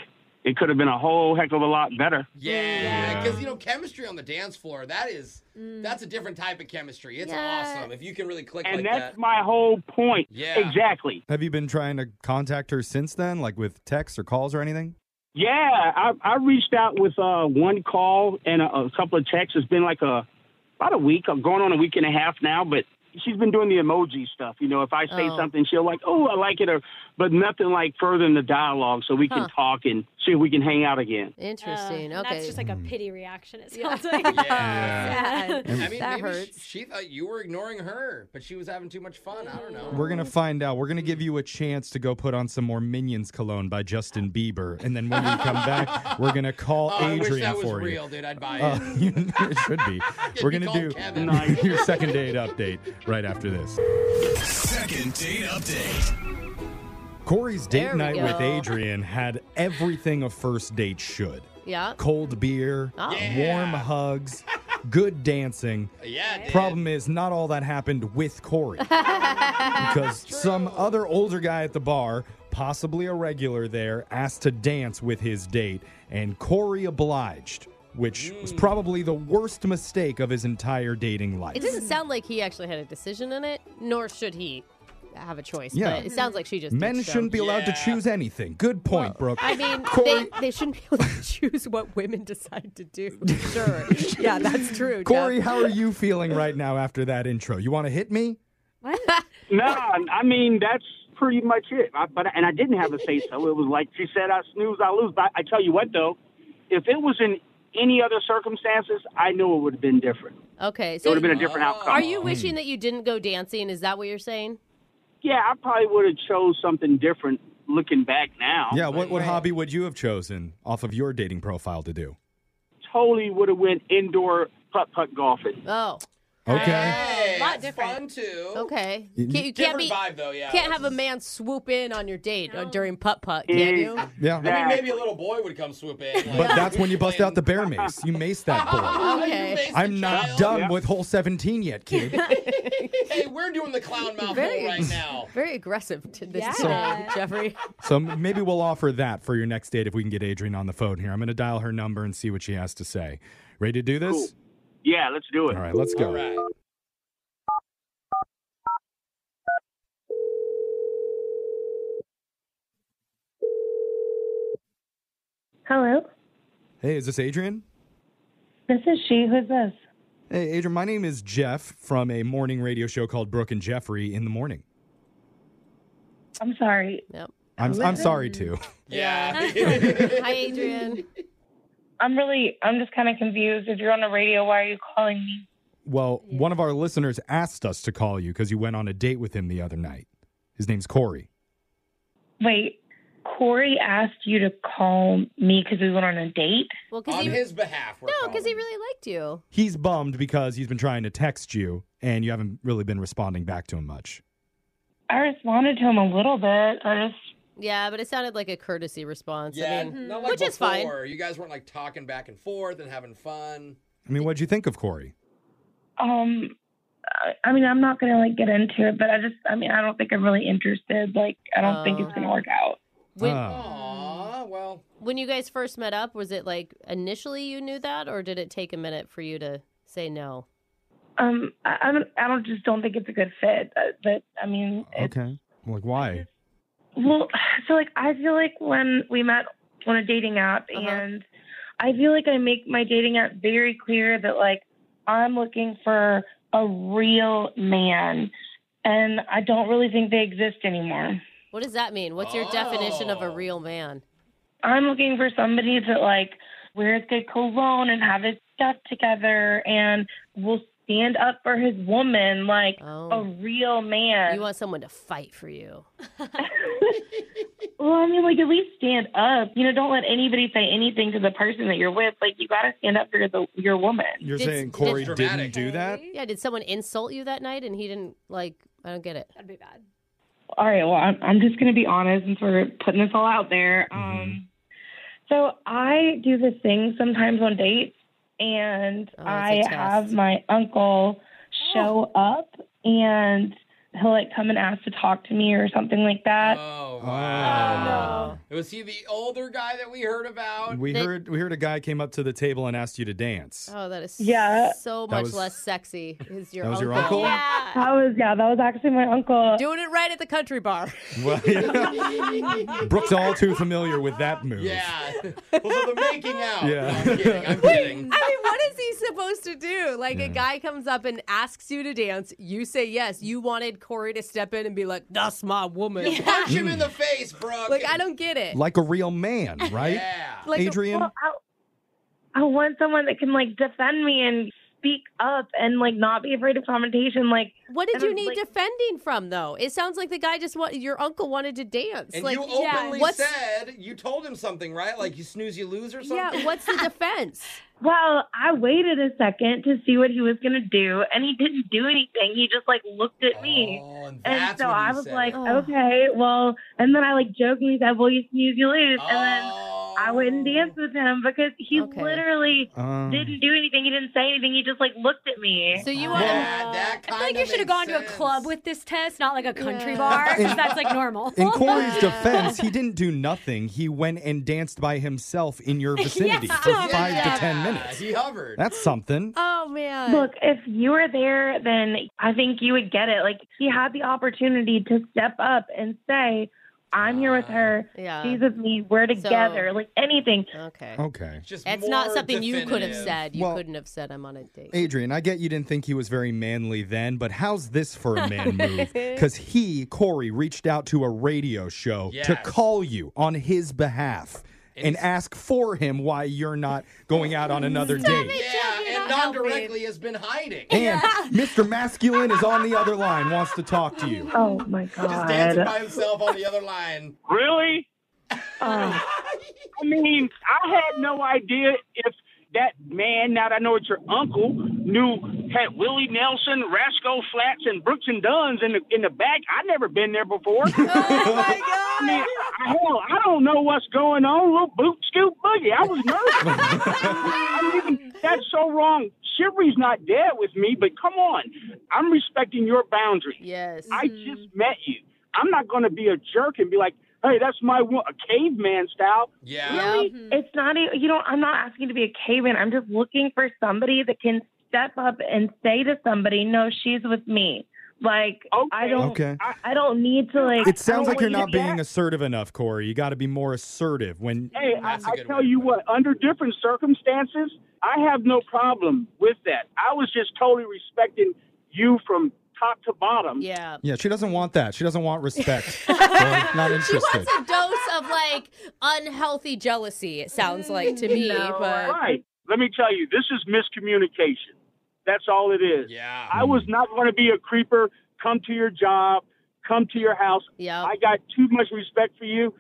it could have been a whole heck of a lot better.
Yeah, because you know chemistry on the dance floor that is
Mm.
that's a different type of chemistry. It's
Yeah.
awesome if you can really click
And
like
that's
*laughs*
that.
my whole point.
Yeah.
Exactly.
Have you been trying to contact her since then, like with texts or calls or anything?
Yeah, I, I reached out with uh, one call and a, a couple of texts. It's been like a about a week, uh, going on a week and a half now. But she's been doing the emoji stuff. You know, if I say
Oh.
something, she'll like, "Oh, I like it," or but nothing like further in the dialogue, so we
Huh.
can talk and see if we can hang out again.
Interesting. okay.
Uh, That's just like a
Hmm.
pity reaction. It sounds
Yeah.
like.
Sad.
I mean,
that
maybe she-
hurts.
She, thought you were ignoring her, but she was having too much fun. I don't know.
We're gonna find out. We're gonna give you a chance to go put on some more Minions cologne by Justin Bieber, and then when we come back, we're gonna call
Oh, I
Adrian
wish that was
for you.
real, dude. I'd buy
Uh, *laughs*
it.
it should
*laughs*
be. We're
You
gonna
call
do
Kevin.
*laughs* your
*laughs*
second date update right after this.
Second date update.
Corey's date
There we
night
go.
with Adrian had everything a first date should. *laughs*
Yeah.
Cold beer,
Oh.
warm hugs, good dancing.
Yeah. it did.
Problem is, not all that happened
*laughs*
with Corey because some other older guy at the bar, possibly a regular there, asked to dance with his date, and Corey obliged, which
Mm.
was probably the worst mistake of his entire dating life.
It doesn't sound like he actually had a decision in it, nor should he have a choice.
Yeah.
But it sounds like she just.
Men
did, so-
shouldn't be allowed to choose anything. Good point, Brooke.
I mean,
Corey,
they, they shouldn't be able to *laughs* choose what women decide to
*laughs*
do. Sure. yeah, that's true. Jeff.
Corey, how are you feeling right now after that intro? You want to hit me?
No, I mean that's pretty much it. I, but and I didn't have a say so. It was like she said, "I snooze, I lose." But I tell you what, though, if it was in any other circumstances, I know it would have been different.
Okay.
It would have been a different outcome.
Are you
Hmm.
wishing that you didn't go dancing? Is that what you're saying?
Yeah, I probably would have chose something different looking back now.
yeah, what, what hobby would you have chosen off of your dating profile to do?
Totally would have went indoor putt putt golfing.
Oh.
Okay.
Hey,
a lot
it's
different.
fun too.
Okay.
You-
Can't, you can't
Different
be.
vibe though. Yeah.
Can't have a
*laughs*
man swoop in on your date uh, during putt putt, can you?
Yeah.
I mean, maybe a little boy would come swoop in. Like,
But that's when you bust out *laughs* the bear mace. *laughs* You mace that boy.
Okay.
I'm not done with hole 17 yet, *laughs* kid.
hey, we're doing the clown mouth
Very-
hole right now.
Very aggressive to this
Yeah.
day, Jeffrey.
So m- maybe we'll offer that for your next date if we can get Adrian on the phone here. I'm going to dial her number and see what she has to say. Ready to do this?
Yeah, let's do it.
All right, let's go.
All right.
Hello,
Hey, is this Adrian?
this is she. Who's this?
Hey, Adrian, my name is Jeff from a morning radio show called Brooke and Jeffrey in the Morning.
I'm sorry.
Yep.
I'm,
*laughs*
I'm sorry, too.
Yeah. Hi, Adrian.
I'm really, I'm just kind of confused. If you're on the radio, why are you calling me?
Well, one of our listeners asked us to call you because you went on a date with him the other night. His name's Corey.
Wait, Corey asked you to call me because we went on a date?
Well,
On his behalf, we're
No, because he really liked you.
He's bummed because he's been trying to text you and you haven't really been responding back to him much.
I responded to him a little bit. I just,
Yeah, but it *laughs* sounded like a courtesy response.
Yeah,
I mean,
not like
which
before.
is fine.
You guys weren't like talking back and forth and having fun.
I mean, what'd you think of Corey?
um, I- I mean, I'm not going to like get into it, but I just, I mean, I don't think I'm really interested. Like, I don't think it's going to work out.
Oh. When,
Ah.
Aw, well.
when you guys first met up, was it like initially you knew that, or did it take a minute for you to say no?
Um, I, I don't, I don't just don't think it's a good fit. Uh, but I mean,
Okay. Like, why?
Well, so like I feel like when we met on a dating app, and I feel like I make my dating app very clear that like I'm looking for a real man, and I don't really think they exist anymore.
What does that mean?
Oh.
What's your definition of a real man?
I'm looking for somebody that like wears good cologne and have his stuff together and will stand up for his woman like a real man.
You want someone to fight for you.
Well, I mean, like at least stand up. You know, don't let anybody say anything to the person that you're with. Like you got to stand up for the, your woman.
You're
Did-
saying
did-
Corey didn't do that?
Yeah, did someone insult you that night and he didn't like? I don't get it. That'd be bad.
All right. Well, I'm, I'm just going to be honest since we're putting this all out there.
Mm-hmm.
Um, so I do this thing sometimes on dates, and
it's
Oh,
Oh, a
I
test.
Oh.
have my uncle show up and he'll like come and ask to talk to me or something like that.
Oh,
Uh, Wow.
Was he the older guy that we heard about?
We heard we heard a guy came up to the table and asked you to dance.
Oh, that is
Yeah.
so
That
much
was-
less sexy. Is your
That was
uncle.
your uncle?
Yeah.
That was yeah, that was actually my uncle.
Doing it right at the
*laughs*
country bar.
Well, yeah. Brooke's all too familiar with that move.
Yeah. well, so the
*laughs*
making out.
Yeah.
I'm
*laughs*
kidding. I'm kidding.
I mean, what is he supposed to do? Like, a guy comes up and asks you to dance. You say yes. You wanted Corey to step in and be like, that's my woman.
Punch him in the face, bro.
Like, I don't get it.
Like a real man, right?
Like a-
Adrian?
Well, I, I want someone that can like defend me and speak up and like not be afraid of confrontation. Like
What did
and
you
I'm,
need
like,
defending from, though? It sounds like the guy just want your uncle wanted to dance.
And
like,
you openly
what's,
said you told him something, right? Like you snooze, you lose, or something.
Yeah, what's the defense?
Well, I waited a second to see what he was gonna do, and he didn't do anything. He just like looked at me, and,
that's
so
when
I
you
was
said
like,
it.
Oh.
okay, well. And then I like jokingly said, "Well, you snooze, you lose," and then I went and danced with him because he literally
Um.
didn't do anything. He didn't say anything. He just like looked at me.
So you
want
that
I feel like you should have gone to a club with this test, not like a country bar,
Yeah.
'cause that's like normal. *laughs*
In Corey's defense, he didn't do nothing. He went and danced by himself in your vicinity
Yeah.
for five
Yeah.
to ten minutes.
He hovered.
That's something.
Oh man.
Look, if you were there, then I think you would get it. Like he had the opportunity to step up and say, "I'm here with her.
yeah.
She's with me. We're together." like anything.
Okay.
Okay.
It's not
more
something you could have
definitive.
said. You
Well-
couldn't have said, I'm on a
*laughs*
date.
Adrian, I get you didn't think he was very manly then, but how's this for a man move? Because he, Corey, reached out to a radio show to
Yes.
call you on his behalf and ask for him why you're not going out on *laughs*
*laughs*
another date.
Yeah, and non directly has been
*laughs*
hiding.
And Mr. Masculine is on the other line, wants to talk to you.
Oh my god.
Just dancing by himself on the other line.
Really? *laughs* I mean, I had no idea if that man, now that I know it's your uncle, knew had Willie Nelson, Rasco Flats, and Brooks and Dunn's in the in the back. I'd never been there before. *laughs* oh my god! I mean, I- hell, I don't know what's going on. Little boot scoop boogie. I was nervous. I mean, that's so wrong. Chivalry's not dead with me, but come on, I'm respecting your boundaries.
Yes.
I just met you. I'm not going to be a jerk and be like, hey, that's my wo- a caveman style.
Yeah.
Really, it's not. e- You don't. I'm not asking to be a caveman. I'm just looking for somebody that can step up and say to somebody, "No, she's with me." Like I don't.
Okay.
I, I don't need to like.
It
I don't
oh,
sounds like you're
need to
not
be-
being assertive enough, Corey. You got to be more assertive when.
Eh.
Hey, I, I tell you what, under different circumstances, I have no problem with that. I was just totally respecting you from top to bottom.
Yeah.
Yeah, she doesn't want that. She doesn't
*laughs*
want respect. Corey, not
She
interested.
wants a dose of like unhealthy jealousy, it sounds
*laughs*
like to me. But
Right. Let me tell you, this is miscommunication. That's all it is.
Yeah.
I was not going to be a creeper. Come to your job. Come to your house.
Yeah.
I got too much respect for you.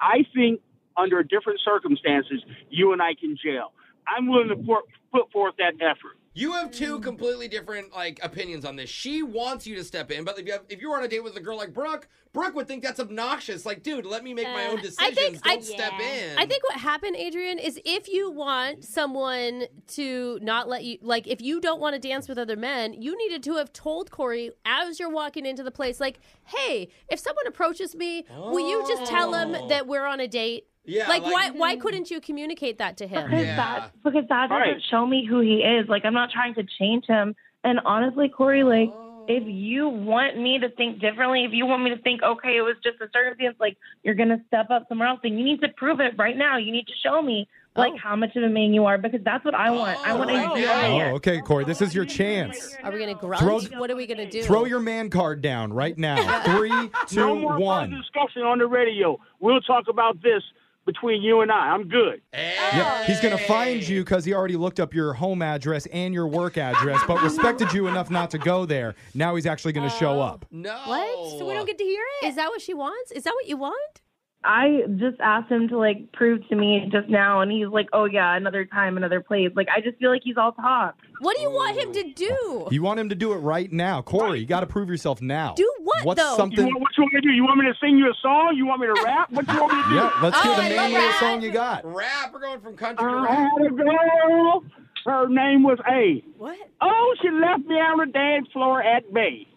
I think under different circumstances, you and I can jail. I'm willing to pour, put forth that effort.
You have
Mm.
two completely different like opinions on this. She wants you to step in, but if you have, if you were on a date with a girl like Brooke, Brooke would think that's obnoxious. Like, dude, let me make my own decisions.
Uh, I think
Don't
I,
step in.
I think what happened, Adrian, is if you want someone to not let you, like, if you don't want to dance with other men, you needed to have told Corey as you're walking into the place, like, hey, if someone approaches me, will you just tell
Oh.
him that we're on a date?
Yeah,
Like,
like-
why? Why
hmm.
couldn't you communicate that to him?
because that because that doesn't show me who he is. Like I'm not trying to change him. And honestly, Corey, like if you want me to think differently, if you want me to think, okay, it was just a circumstance, like you're gonna step up somewhere else, then you need to prove it right now. You need to show me like how much of a man you are because that's what I want. I want to
Oh, okay, Corey. This is your chance.
Are we gonna
Throw-
grunt? what are we gonna do?
Throw your man card down
*laughs*
right now. Three,
no
two,
more
one.
further discussion on the radio. We'll talk about this between you and I. I'm good.
Yeah, he's gonna find you because he already looked up your home address and your work address, but respected you enough not to go there. Now he's actually gonna show
Oh,
up.
No.
What? So we don't get to hear it? Is that what she wants? Is that what you want?
I just asked him to like prove to me just now, and he's like, "Oh yeah, another time, another place." Like I just feel like he's all talk.
What do you want him to do?
You want him to do it right now, Corey. You got to prove yourself now.
Do what,
What's
though?
something?
You want- what you want me to do? You want me to sing you a song? You want me to rap? What you want me to do?
Yeah, let's hear
Oh,
the
I
manliest
love that.
song you got.
Rap. We're going from country to
I
rap.
had a girl. Her name was A.
What?
Oh, she left me on the dance floor at bay.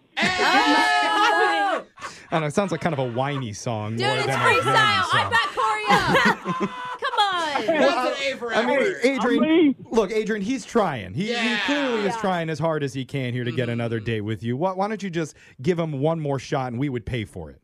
I don't know. It sounds like kind of a whiny song.
Dude,
more
it's
than a
freestyle.
granny
I
song.
back Corey up. Come on.
I mean, Adrian, look, Adrian, he's trying. He, he clearly is trying as hard as he can here to get another
Mm-hmm.
date with you. Why, why don't you just give him one more shot and we would pay for it?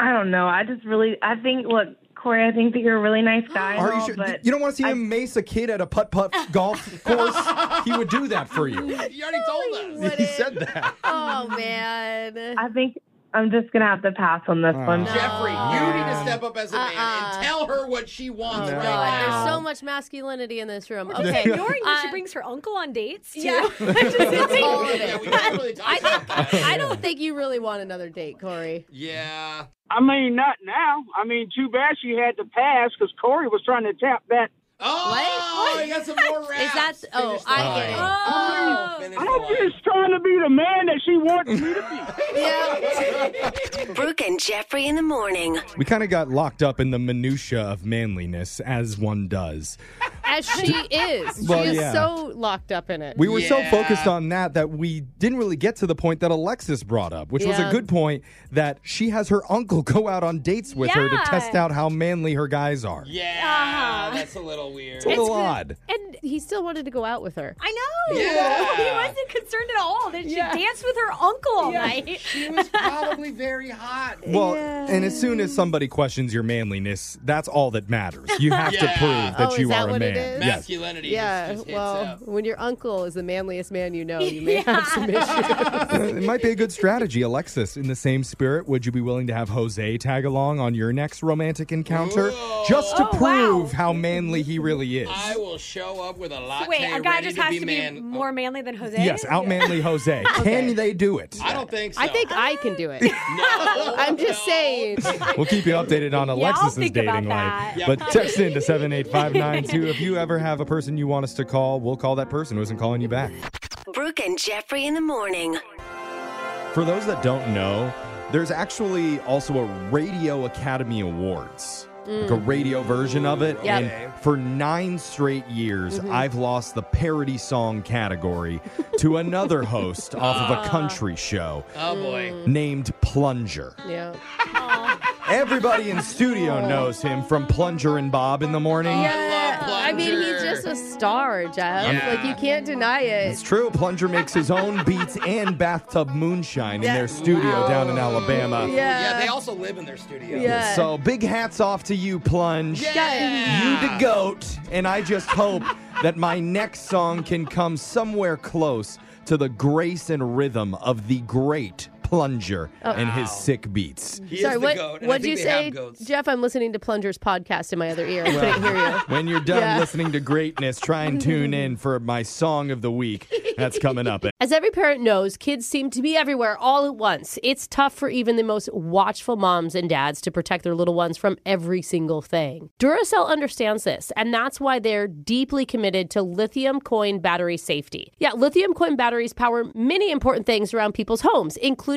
I don't know. I just really, I think, look, Corey, I think that you're a really nice guy. and
Are you
all,
sure?
But
You don't want to see him mace a kid at a
*laughs*
putt putt *laughs* golf course? he would do that for
*laughs*
you.
you already told
He said that.
Oh man.
I think I'm just gonna have to pass on this one.
Oh. Jeffrey, you need to step up as a man and tell her what she wants.
Um, uh-uh. God,
right now.
there's so much masculinity in this room.
We're just
okay,
ignoring
that she
brings
her uncle on dates. Too. *laughs*
Yeah, it's all of
Yeah,
it.
we can't really talk
I,
about that.
think, I don't think you really want another date, Corey.
Yeah.
I mean, not now. I mean, too bad she had to pass because Corey was trying to tap that.
Oh, you got some more raps.
Is that? Oh, I get it. Oh.
I
mean,
I'm just trying to be the man that she wants me to be.
Brooke and Jeffrey in the morning.
We kind of got locked up in the minutia of manliness, as one does.
As she is,
Well,
she is
yeah.
so locked up in it.
We were so focused on that that we didn't really get to the point that Alexis brought up, which was
Yeah.
a good point that she has her uncle *laughs* go out on dates with her to
Yeah.
test out how manly her guys are.
Yeah,
Uh-huh.
that's a little weird.
It's a little odd.
and he still wanted to go out with her.
I know.
Yeah.
*laughs* He wasn't concerned at all that
Yeah.
she danced with her uncle all
Yeah.
night.
She
*laughs*
was probably very hot.
Well, and as soon as somebody questions your manliness, that's all that matters.
*laughs*
You have to prove that
oh,
you
is that
are a
what
man.
It is?
Yes.
Yeah. well, when your uncle is the manliest man you know,
*laughs*
you may have some issues.
it might be a good strategy, Alexis. In the same spirit, would you be willing to have Jose tag along on your next romantic encounter just
Oh,
to prove how manly he really is?
I will show up with a latte.
Wait, a guy
ready
just
to
has
be
to be
man. Oh.
more manly than Jose.
Yes,
*laughs*
outmanly Jose. Can they do it?
I don't think so.
I think I can *laughs*
*laughs*
do it. I'm just saying.
*laughs* We'll keep you updated on Alexis's
think about
dating life.
that. Yeah,
But
probably.
text in to 78592 if you ever have a person you want us to call. We'll call that person who isn't calling you back.
Brooke and Jeffrey in the morning.
For those that don't know, there's actually also a Radio Academy Awards.
Mm.
Like a radio version of it.
Yep.
And for nine straight years,
Mhm.
I've lost the parody
*laughs*
song category to another host off
Ah.
of a country show
Oh boy.
Mm.
named Plunger.
Yeah.
Everybody in
Oh.
studio knows him from Plunger and Bob in the morning.
Yeah, I mean, he's just a star, Jeff.
Yeah.
Like, you can't deny it.
It's true. Plunger makes his own beats and bathtub moonshine in their
That-
studio down in Alabama.
Yeah.
Yeah, they also live in their studio.
So big hats off to you, Plunge.
Yeah.
You the goat. And I
*laughs*
just hope that my next song can come somewhere close to the grace and rhythm of the great Plunger
Oh.
and his sick beats.
Sorry, what,
and I
what'd you
think they have
say? Jeff, I'm listening to Plunger's podcast in my other ear. I
Well,
couldn't hear you.
*laughs* When you're done
Yeah.
listening to greatness, try and tune in for my song of the week. That's coming up.
As every parent knows, kids seem to be everywhere all at once. It's tough for even the most watchful moms and dads to protect their little ones from every single thing. Duracell understands this, and that's why they're deeply committed to lithium coin battery safety. Yeah, lithium coin batteries power many important things around people's homes, including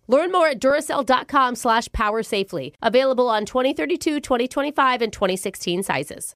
Learn more at Duracell.com slash power safely. Available on 2032, 2025, and 2016 sizes.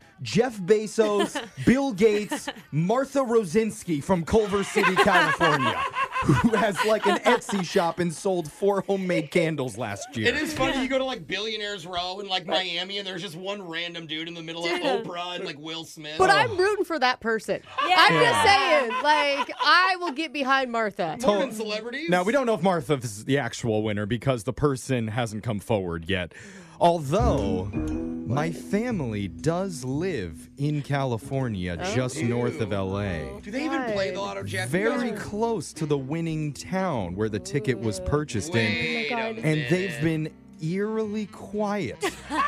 *laughs*
Jeff Bezos, Bill Gates, Martha Rosinski from Culver
*laughs*
City, California, who has like an Etsy shop and sold four homemade candles last year.
It is funny. You go to like Billionaires Row in like Miami, and there's just one random dude in the middle of
Dude.
Oprah and like Will Smith.
But I'm rooting for that person. I'm just saying, like, I will get behind Martha.
More than
celebrities?
Now we don't know if Martha is the actual winner because the person hasn't come forward yet. Although my family does live in California,
Oh.
just
Ew.
north of LA.
*laughs* Do they even play the lotto jackpot?
Very close to the winning town where the ticket was purchased
Wait
in.
a
And they've
minute.
been eerily quiet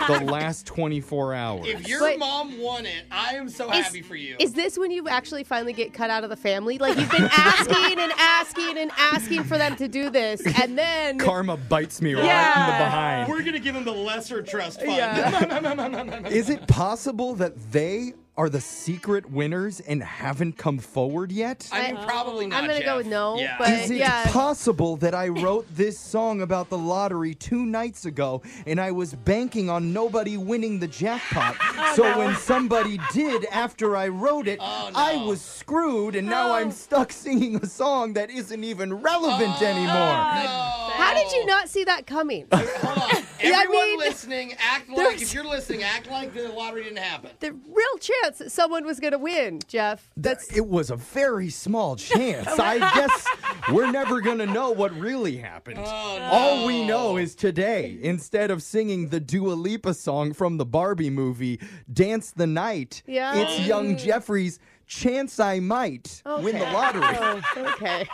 the
*laughs*
last 24 hours.
If your
But-
mom won it, I am so
Is-
happy for you.
Is this when you actually finally get cut out of the family? Like you've been asking and asking and asking for them to do this, and
*laughs*
then
Karma bites me right in the behind.
We're gonna give him the lesser trust fund.
Is it possible that they are the secret winners and haven't come forward yet?
I mean, probably not.
I'm gonna go
Jeff.
with no.
Yeah.
But
Is it
yeah,
*laughs*
possible that I wrote this song about the lottery two nights ago and I was banking on nobody winning
*laughs*
the jackpot?
Oh,
so when somebody did after I wrote it, I was screwed and now I'm stuck singing a song that isn't even relevant anymore.
Oh, how did you not see that coming? Hold *laughs* on,
Everyone listening, act like if you're listening, *laughs* act like the lottery didn't happen.
the real chance that someone was gonna win, Jeff.
That's it was a
*laughs*
very small chance. I guess we're never gonna know what really happened.
Oh,
All we know is today, instead of singing the Dua Lipa song from the Barbie movie, Dance the Night,
Yeah. Mm.
it's young Jeffrey's Chance I Might win the
Okay.
lottery.
Oh, okay.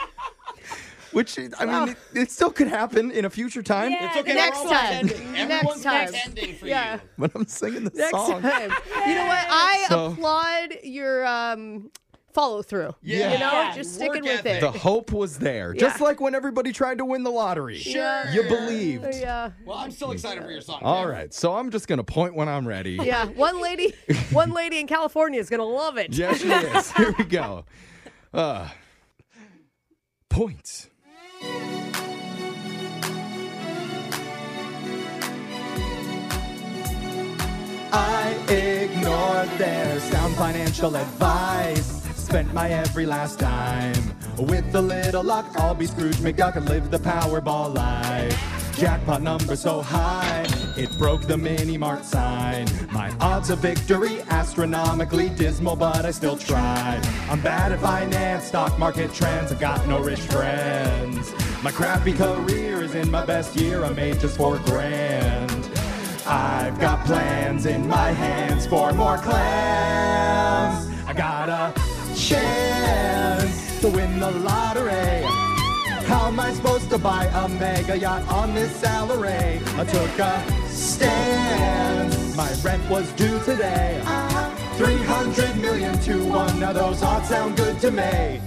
Which is- I mean it, it still could happen in a future time.
It's okay.
next
we're all
time.
pretending.
Next
Everyone's
time.
pretending for
Yeah.
you.
But I'm singing the
Next
song.
time. You know what? I
So-
applaud your um, follow through.
Yeah.
You know,
Yeah.
just sticking
Work
with it.
The hope was there. Just like when everybody tried to win the lottery.
Sure.
You believed.
Yeah.
Well, I'm still excited for your song.
All
Jeff.
right, so I'm just gonna point when I'm ready.
Yeah. One
*laughs*
lady one lady in California is gonna love it.
Yes,
*laughs*
she is. Here we go. Uh, points. I ignored their sound financial advice.
spent my every last dime. With a little luck, I'll be Scrooge McDuck and live the Powerball life. Jackpot number so high, it broke the mini mart sign. My odds of victory astronomically dismal, but I still tried. I'm bad at finance, stock market trends, I've got no rich friends. My crappy career is in my best year, I made just four grand. I've got plans in my hands for more clams. I got a chance to win the lottery. How am I supposed to buy a mega yacht on this salary? I took a stand. My rent was due today. 300 million to one. Now those odds sound good to me.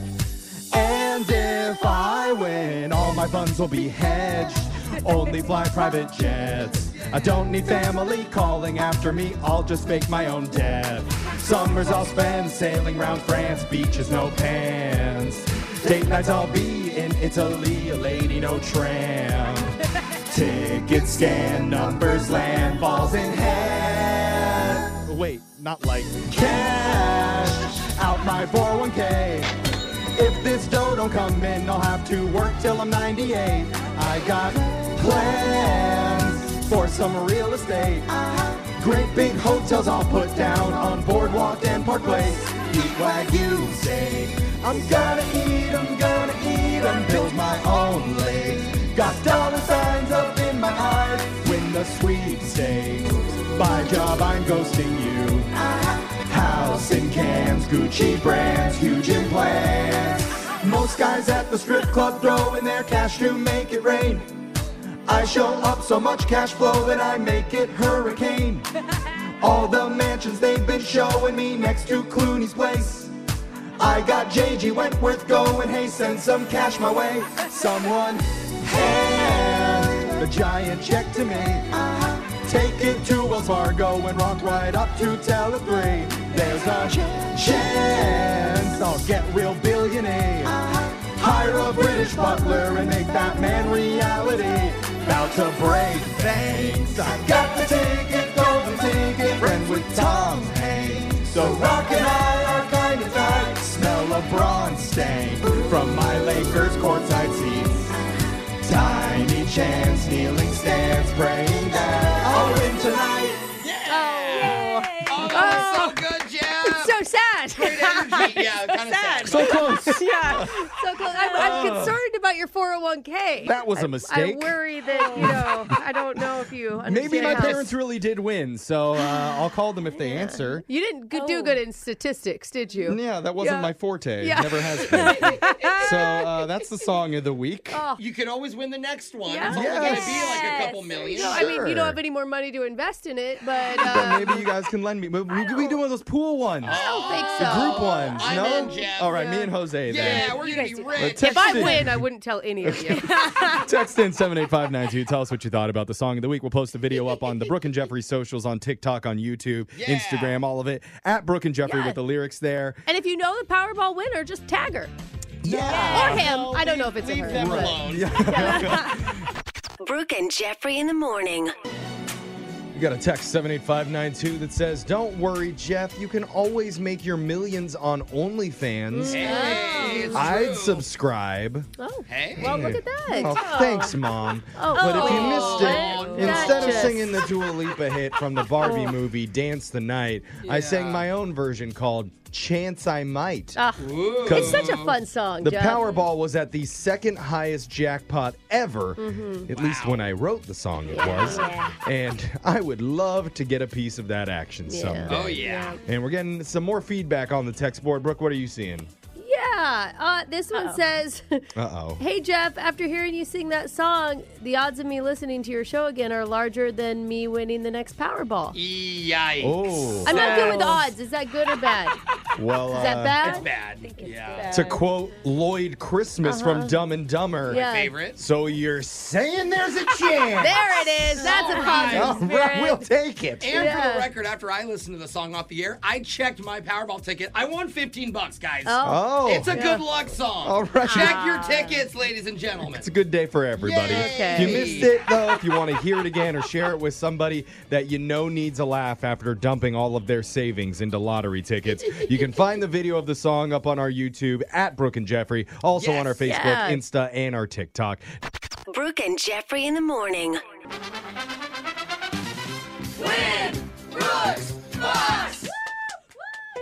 And if I win, all my funds will be hedged. Only fly private jets. I don't need family calling after me. I'll just fake my own death. Summers I'll spend sailing round France, beaches no pants. Date nights I'll be in Italy, a lady no tram. Ticket scan numbers land balls in hand. Oh, Wait, not like cash out my 401k. If this dough don't come in, I'll have to work till I'm 98. I got plans for some real estate. Great big hotels I'll put down on Boardwalk and Park Place. Eat Wagyu steak. I'm gonna eat, I'm gonna eat, and build my own lake. Got dollar signs up in my eyes. Win the sweepstakes. By job, I'm ghosting you. House in cans, Gucci brands, huge implants. Most guys at the strip club throw in their cash to make it rain. I show up so much cash flow that I make it hurricane. All the mansions they've been showing me next to Clooney's place. I got JG Wentworth going, hey, send some cash my way. Someone hand a giant check to me. Uh-huh. Take it to Wells Fargo and rock right up to Tele3. There's a chance I'll get real billionaire. Hire a British butler and make that man reality. About to break things. I got the ticket, golden ticket, friends with Tom Hanks. So Rock and I are kind of tight. Smell a bronze stain from my Lakers courtside seats. Tiny chance, kneeling stands, praying that I'll win tonight.
Oh, so good, Jeff.
It's so sad. *laughs*
Great energy. Yeah, kind of sad.
So close.
yeah. So close. I'm, I'm concerned about your 401k.
Oh. That was a
I-
mistake.
I worry that, you know, I don't know if you understand
Maybe my
how-
parents really did win, so uh, I'll call them if they answer.
You didn't go- do good in statistics, did you?
Oh. Yeah, that wasn't my forte. It
Yeah.
Never has been. so uh, that's the song of the week.
Oh.
You can always win the next one. It's
Yeah.
only going to be like a couple million.
No, I mean, you don't have any more money to invest in it, but
But
uh,
maybe you guys can lend me. We, we, we do one of those pool ones.
Oh.
I don't think
The
so.
group ones.
I'm
no?
in, Jeff.
All right, me and Jose then.
Yeah, we're
You
gonna
guys
be
do-
rich.
If I
Text it.
win, I wouldn't tell any of you.
Text in 78592. Tell us what you thought about the song of the week. We'll post the video up on the Brooke and Jeffrey socials on TikTok, on YouTube, Instagram, all of it. At Brooke and Jeffrey
Yeah.
with the lyrics there.
And if you know the Powerball winner, just tag her.
Yeah.
Or him. I don't know if it's a
leave
her.
them
but- *laughs*
alone. Brooke and Jeffrey in the morning.
You got a text 78592 that says, Don't worry, Jeff. You can always make your millions on OnlyFans.
Hey, it's
I'd
true.
subscribe.
Oh,
hey.
well, look at that.
Oh, thanks, Mom.
Oh.
but if you
Oh,
missed it,
that
instead of
just- Oh.
singing the Dua Lipa hit from the Barbie movie Dance the Night, I sang my own version called Chance I Might.
Ah, it's such a fun song,
The
Jeff.
Powerball was at the second highest jackpot ever,
Mhm.
at least when I wrote the song, it was. And I would love to get a piece of that action
Yeah.
someday.
Oh, yeah.
And we're getting some more feedback on the text board. Brooke, what are you seeing?
Yeah. Uh, this one says,
Uh oh.
Hey, Jeff, after hearing you sing that song, the odds of me listening to your show again are larger than me winning the next Powerball.
Yikes.
Oh.
I'm not good with odds. Is that good or
*laughs*
bad?
Well,
Is that
uh,
bad?
It's bad. yeah.
To quote Lloyd Christmas
Uh-huh.
from Dumb and Dumber,
My Yeah. favorite.
So you're saying there's a chance.
*laughs*
there it is. That's a
*laughs* All
positive
right,
spirit.
we'll take it.
And for the record, after I listened to the song off the air, I checked my Powerball ticket. I won 15 bucks, guys.
Oh. Oh.
It's a
Yeah.
good luck song.
All right.
Check
Ah.
your tickets, ladies and gentlemen.
It's a good day for everybody.
Yay. Okay.
If you missed it, though, if you want to hear it again or share it with somebody that you know needs a laugh after dumping all of their savings into lottery tickets, you can can find the video of the song up on our YouTube at Brooke and Jeffrey, also on our Facebook,
Yes.
Insta, and our TikTok.
Brooke and Jeffrey in the morning.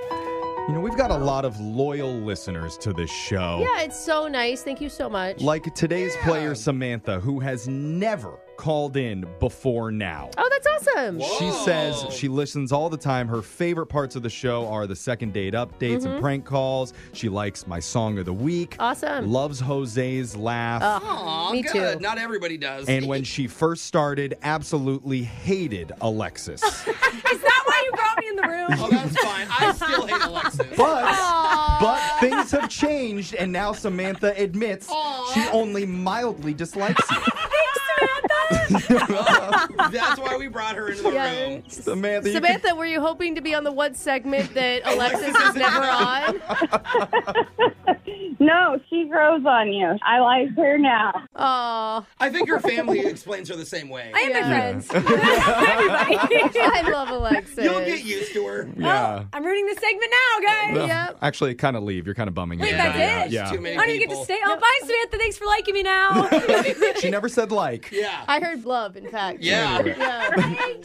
You know, we've got a lot of loyal listeners to this show.
Yeah, it's so nice. Thank you so much.
Like today's player, Samantha, who has never called in before now.
Oh, that's awesome.
She
Oh.
says she listens all the time. Her favorite parts of the show are the second date updates
Mhm.
Mm-hmm.
and prank calls. She likes my song of the week.
Awesome.
Loves Jose's laugh.
Aw, me
good.
too.
Not
*laughs*
everybody does.
And when she first started, absolutely hated Alexis.
Is that why you brought me in the room?
Oh, that's fine. I still hate Alexis.
But but things have changed, and now Samantha admits she only mildly dislikes you.
*laughs* That's why we brought her into the
Yeah.
room.
Samantha, you
Samantha, were you hoping to be on the one segment that Alexis is never on?
No, she grows on you. I like her now.
Oh.
I think
*laughs*
her family
*laughs*
explains her the same way.
I am
a
a friend. *laughs*
I
love Alexis.
You'll get used to her.
Yeah.
Oh,
I'm ruining the segment now, guys.
No, Actually, kind of leave. You're kind of bumming
Wait,
everybody
that's
out.
it?
Yeah.
I don't even get to stay. Oh, bye, Samantha. Thanks for liking me now.
she never said like.
*laughs* Yeah.
I heard love, in fact.
Yeah.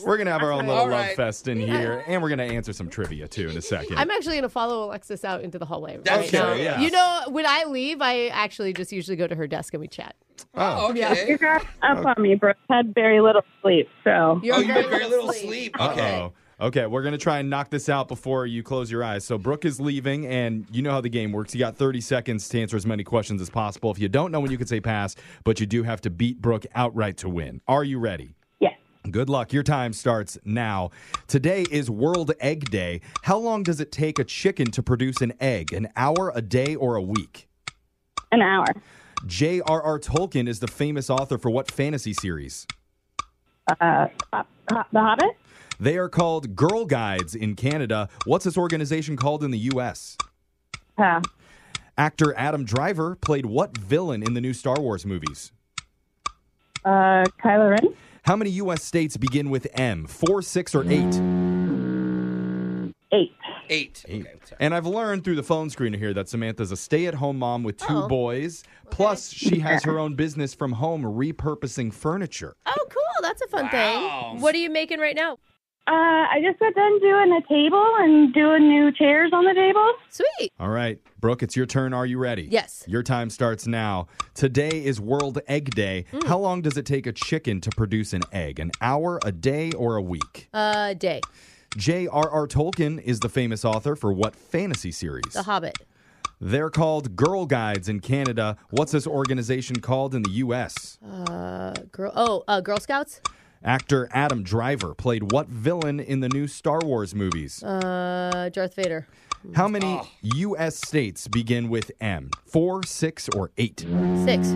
We're going to have our own
All
little love
right.
fest in here, and we're going to answer some trivia too in a second.
I'm actually going to follow Alexis out into the hallway. Right
That's
now.
true, yeah.
You know, when I leave, I actually just usually go to her desk and we chat.
Oh,
okay. You got up on me, Brooke. Had very little sleep, so.
You're
oh, you get very little sleep. Okay.
Uh-oh. Okay, we're going to try and knock this out before you close your eyes. So, Brooke is leaving, and you know how the game works. You got 30 seconds to answer as many questions as possible. If you don't know when you can say pass, but you do have to beat Brooke outright to win. Are you ready?
Yes.
Good luck. Your time starts now. Today is World Egg Day. How long does it take a chicken to produce an egg? An hour, a day, or a week?
An hour.
J.R.R. Tolkien is the famous author for what fantasy series?
Uh, Ho- Ho- the Hobbit?
They are called Girl Guides in Canada. What's this organization called in the U.S.?
Uh,
Actor Adam Driver played what villain in the new Star Wars movies?
uh, Kylo Ren?
How many U.S. states begin with M? Four, six, or eight?
Eight.
Eight.
And I've learned through the phone screener here that Samantha's a stay at home mom with 2
Oh.
boys. Plus,
*laughs*
she has her own business from home repurposing furniture.
Oh, cool. That's a fun
Wow.
thing. What are you making right now?
Uh, I just got done doing a table and doing new chairs on the table.
Sweet.
All right, Brooke, it's your turn. Are you ready?
Yes.
Your time starts now. Today is World Egg Day.
Mm.
How long does it take a chicken to produce an egg? An hour, a day, or a week?
Uh, day.
J.R.R. Tolkien is the famous author for what fantasy series?
The Hobbit.
They're called Girl Guides in Canada. What's this organization called in the U.S.?
Uh, girl. Oh, uh, Girl Scouts.
Actor Adam Driver played what villain in the new Star Wars movies?
Uh, Darth Vader.
How many
Oh.
U.S. states begin with M? Four, six, or eight?
Six.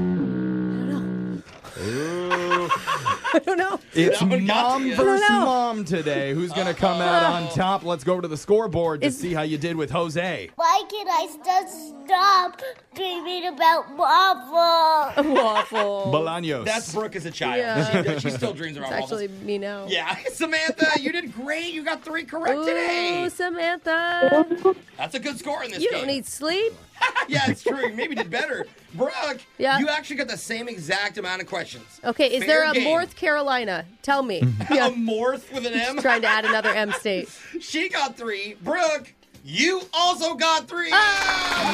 *laughs* I don't know.
It's
That one got
mom
you.
versus
No, Oh. no.
mom today. Who's going to come out on top? Let's go to the scoreboard to see how you did with Jose.
Why can I just stop dreaming about
*laughs*
waffle?
Waffle.
Bolaños.
That's Brooke as a child.
Yeah.
She, she still dreams about
It's
waffles.
actually me now.
Yeah, Samantha, you did great. You got three correct today.
Ooh, Samantha.
That's a good score in this
You
game.
don't need sleep.
*laughs* yeah, it's true. You maybe did better. Brooke,
Yeah.
you actually got the same exact amount of questions.
Okay, is
Fair
there a
game.
North Carolina? Tell me.
*laughs* A Morth with an M?
Just trying to add another M state.
She got three. Brooke, you also got three.
Ah!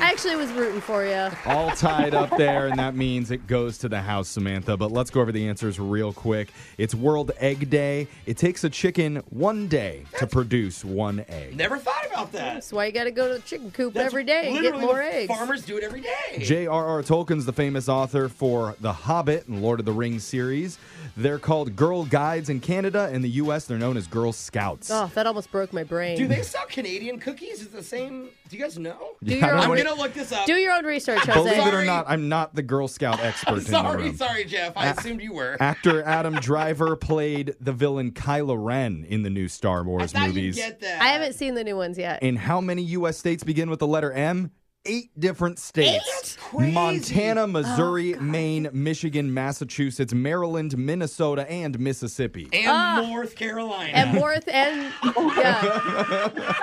I actually was rooting for you.
All tied up there, and that means it goes to the house, Samantha. But let's go over the answers real quick. It's World Egg Day. It takes a chicken one day to produce one egg.
Never thought about that.
That's why you got to go to the chicken coop
That's
every day and get
literally
more
what
eggs.
Farmers do it every day.
J.R.R. Tolkien's the famous author for The Hobbit and Lord of the Rings series. They're called Girl Guides in Canada. In the U.S., they're known as Girl Scouts.
Oh, that almost broke my brain.
Do they sell Canadian cookies? Is the same? Do you guys know?
Do Yeah, your I don't
I'm
own-
gonna look this up.
Do your own research, Jose.
Believe it or not, I'm not the Girl
*laughs*
Scout expert in the
Sorry,
room.
sorry, Jeff. I
A-
assumed you were. *laughs*
Actor Adam Driver played the villain Kylo Ren in the new Star Wars movies.
I haven't seen the new ones yet.
In how many U.S. states begin with the letter M? eight different states Montana,
Oh,
Missouri, Maine, Michigan, Massachusetts, Maryland, Minnesota, and Mississippi.
And
Ah.
North Carolina.
And Morth
*laughs*
and yeah.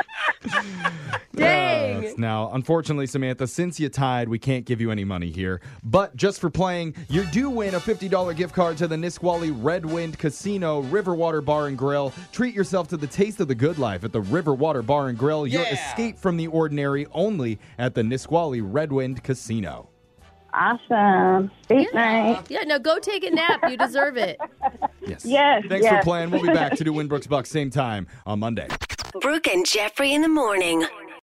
Dang.
Yes. Now, unfortunately, Samantha, since you tied, we can't give you any money here. But just for playing, you do win a $50 gift card to the Nisqually Red Wind Casino Riverwater Bar and Grill. Treat yourself to the taste of the good life at the Riverwater Bar and Grill. Your escape from the ordinary only at the Nisqually Red Wind Casino.
Awesome. Date night.
Yeah, no, go take a nap. You deserve it.
Yes.
Yes.
Thanks
yes.
for playing. We'll be
*laughs*
back to do Winbrook's Bucks same time on Monday.
Brooke and Jeffrey in the morning.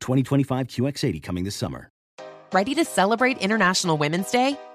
2025 QX80 coming this summer.
Ready to celebrate International Women's Day?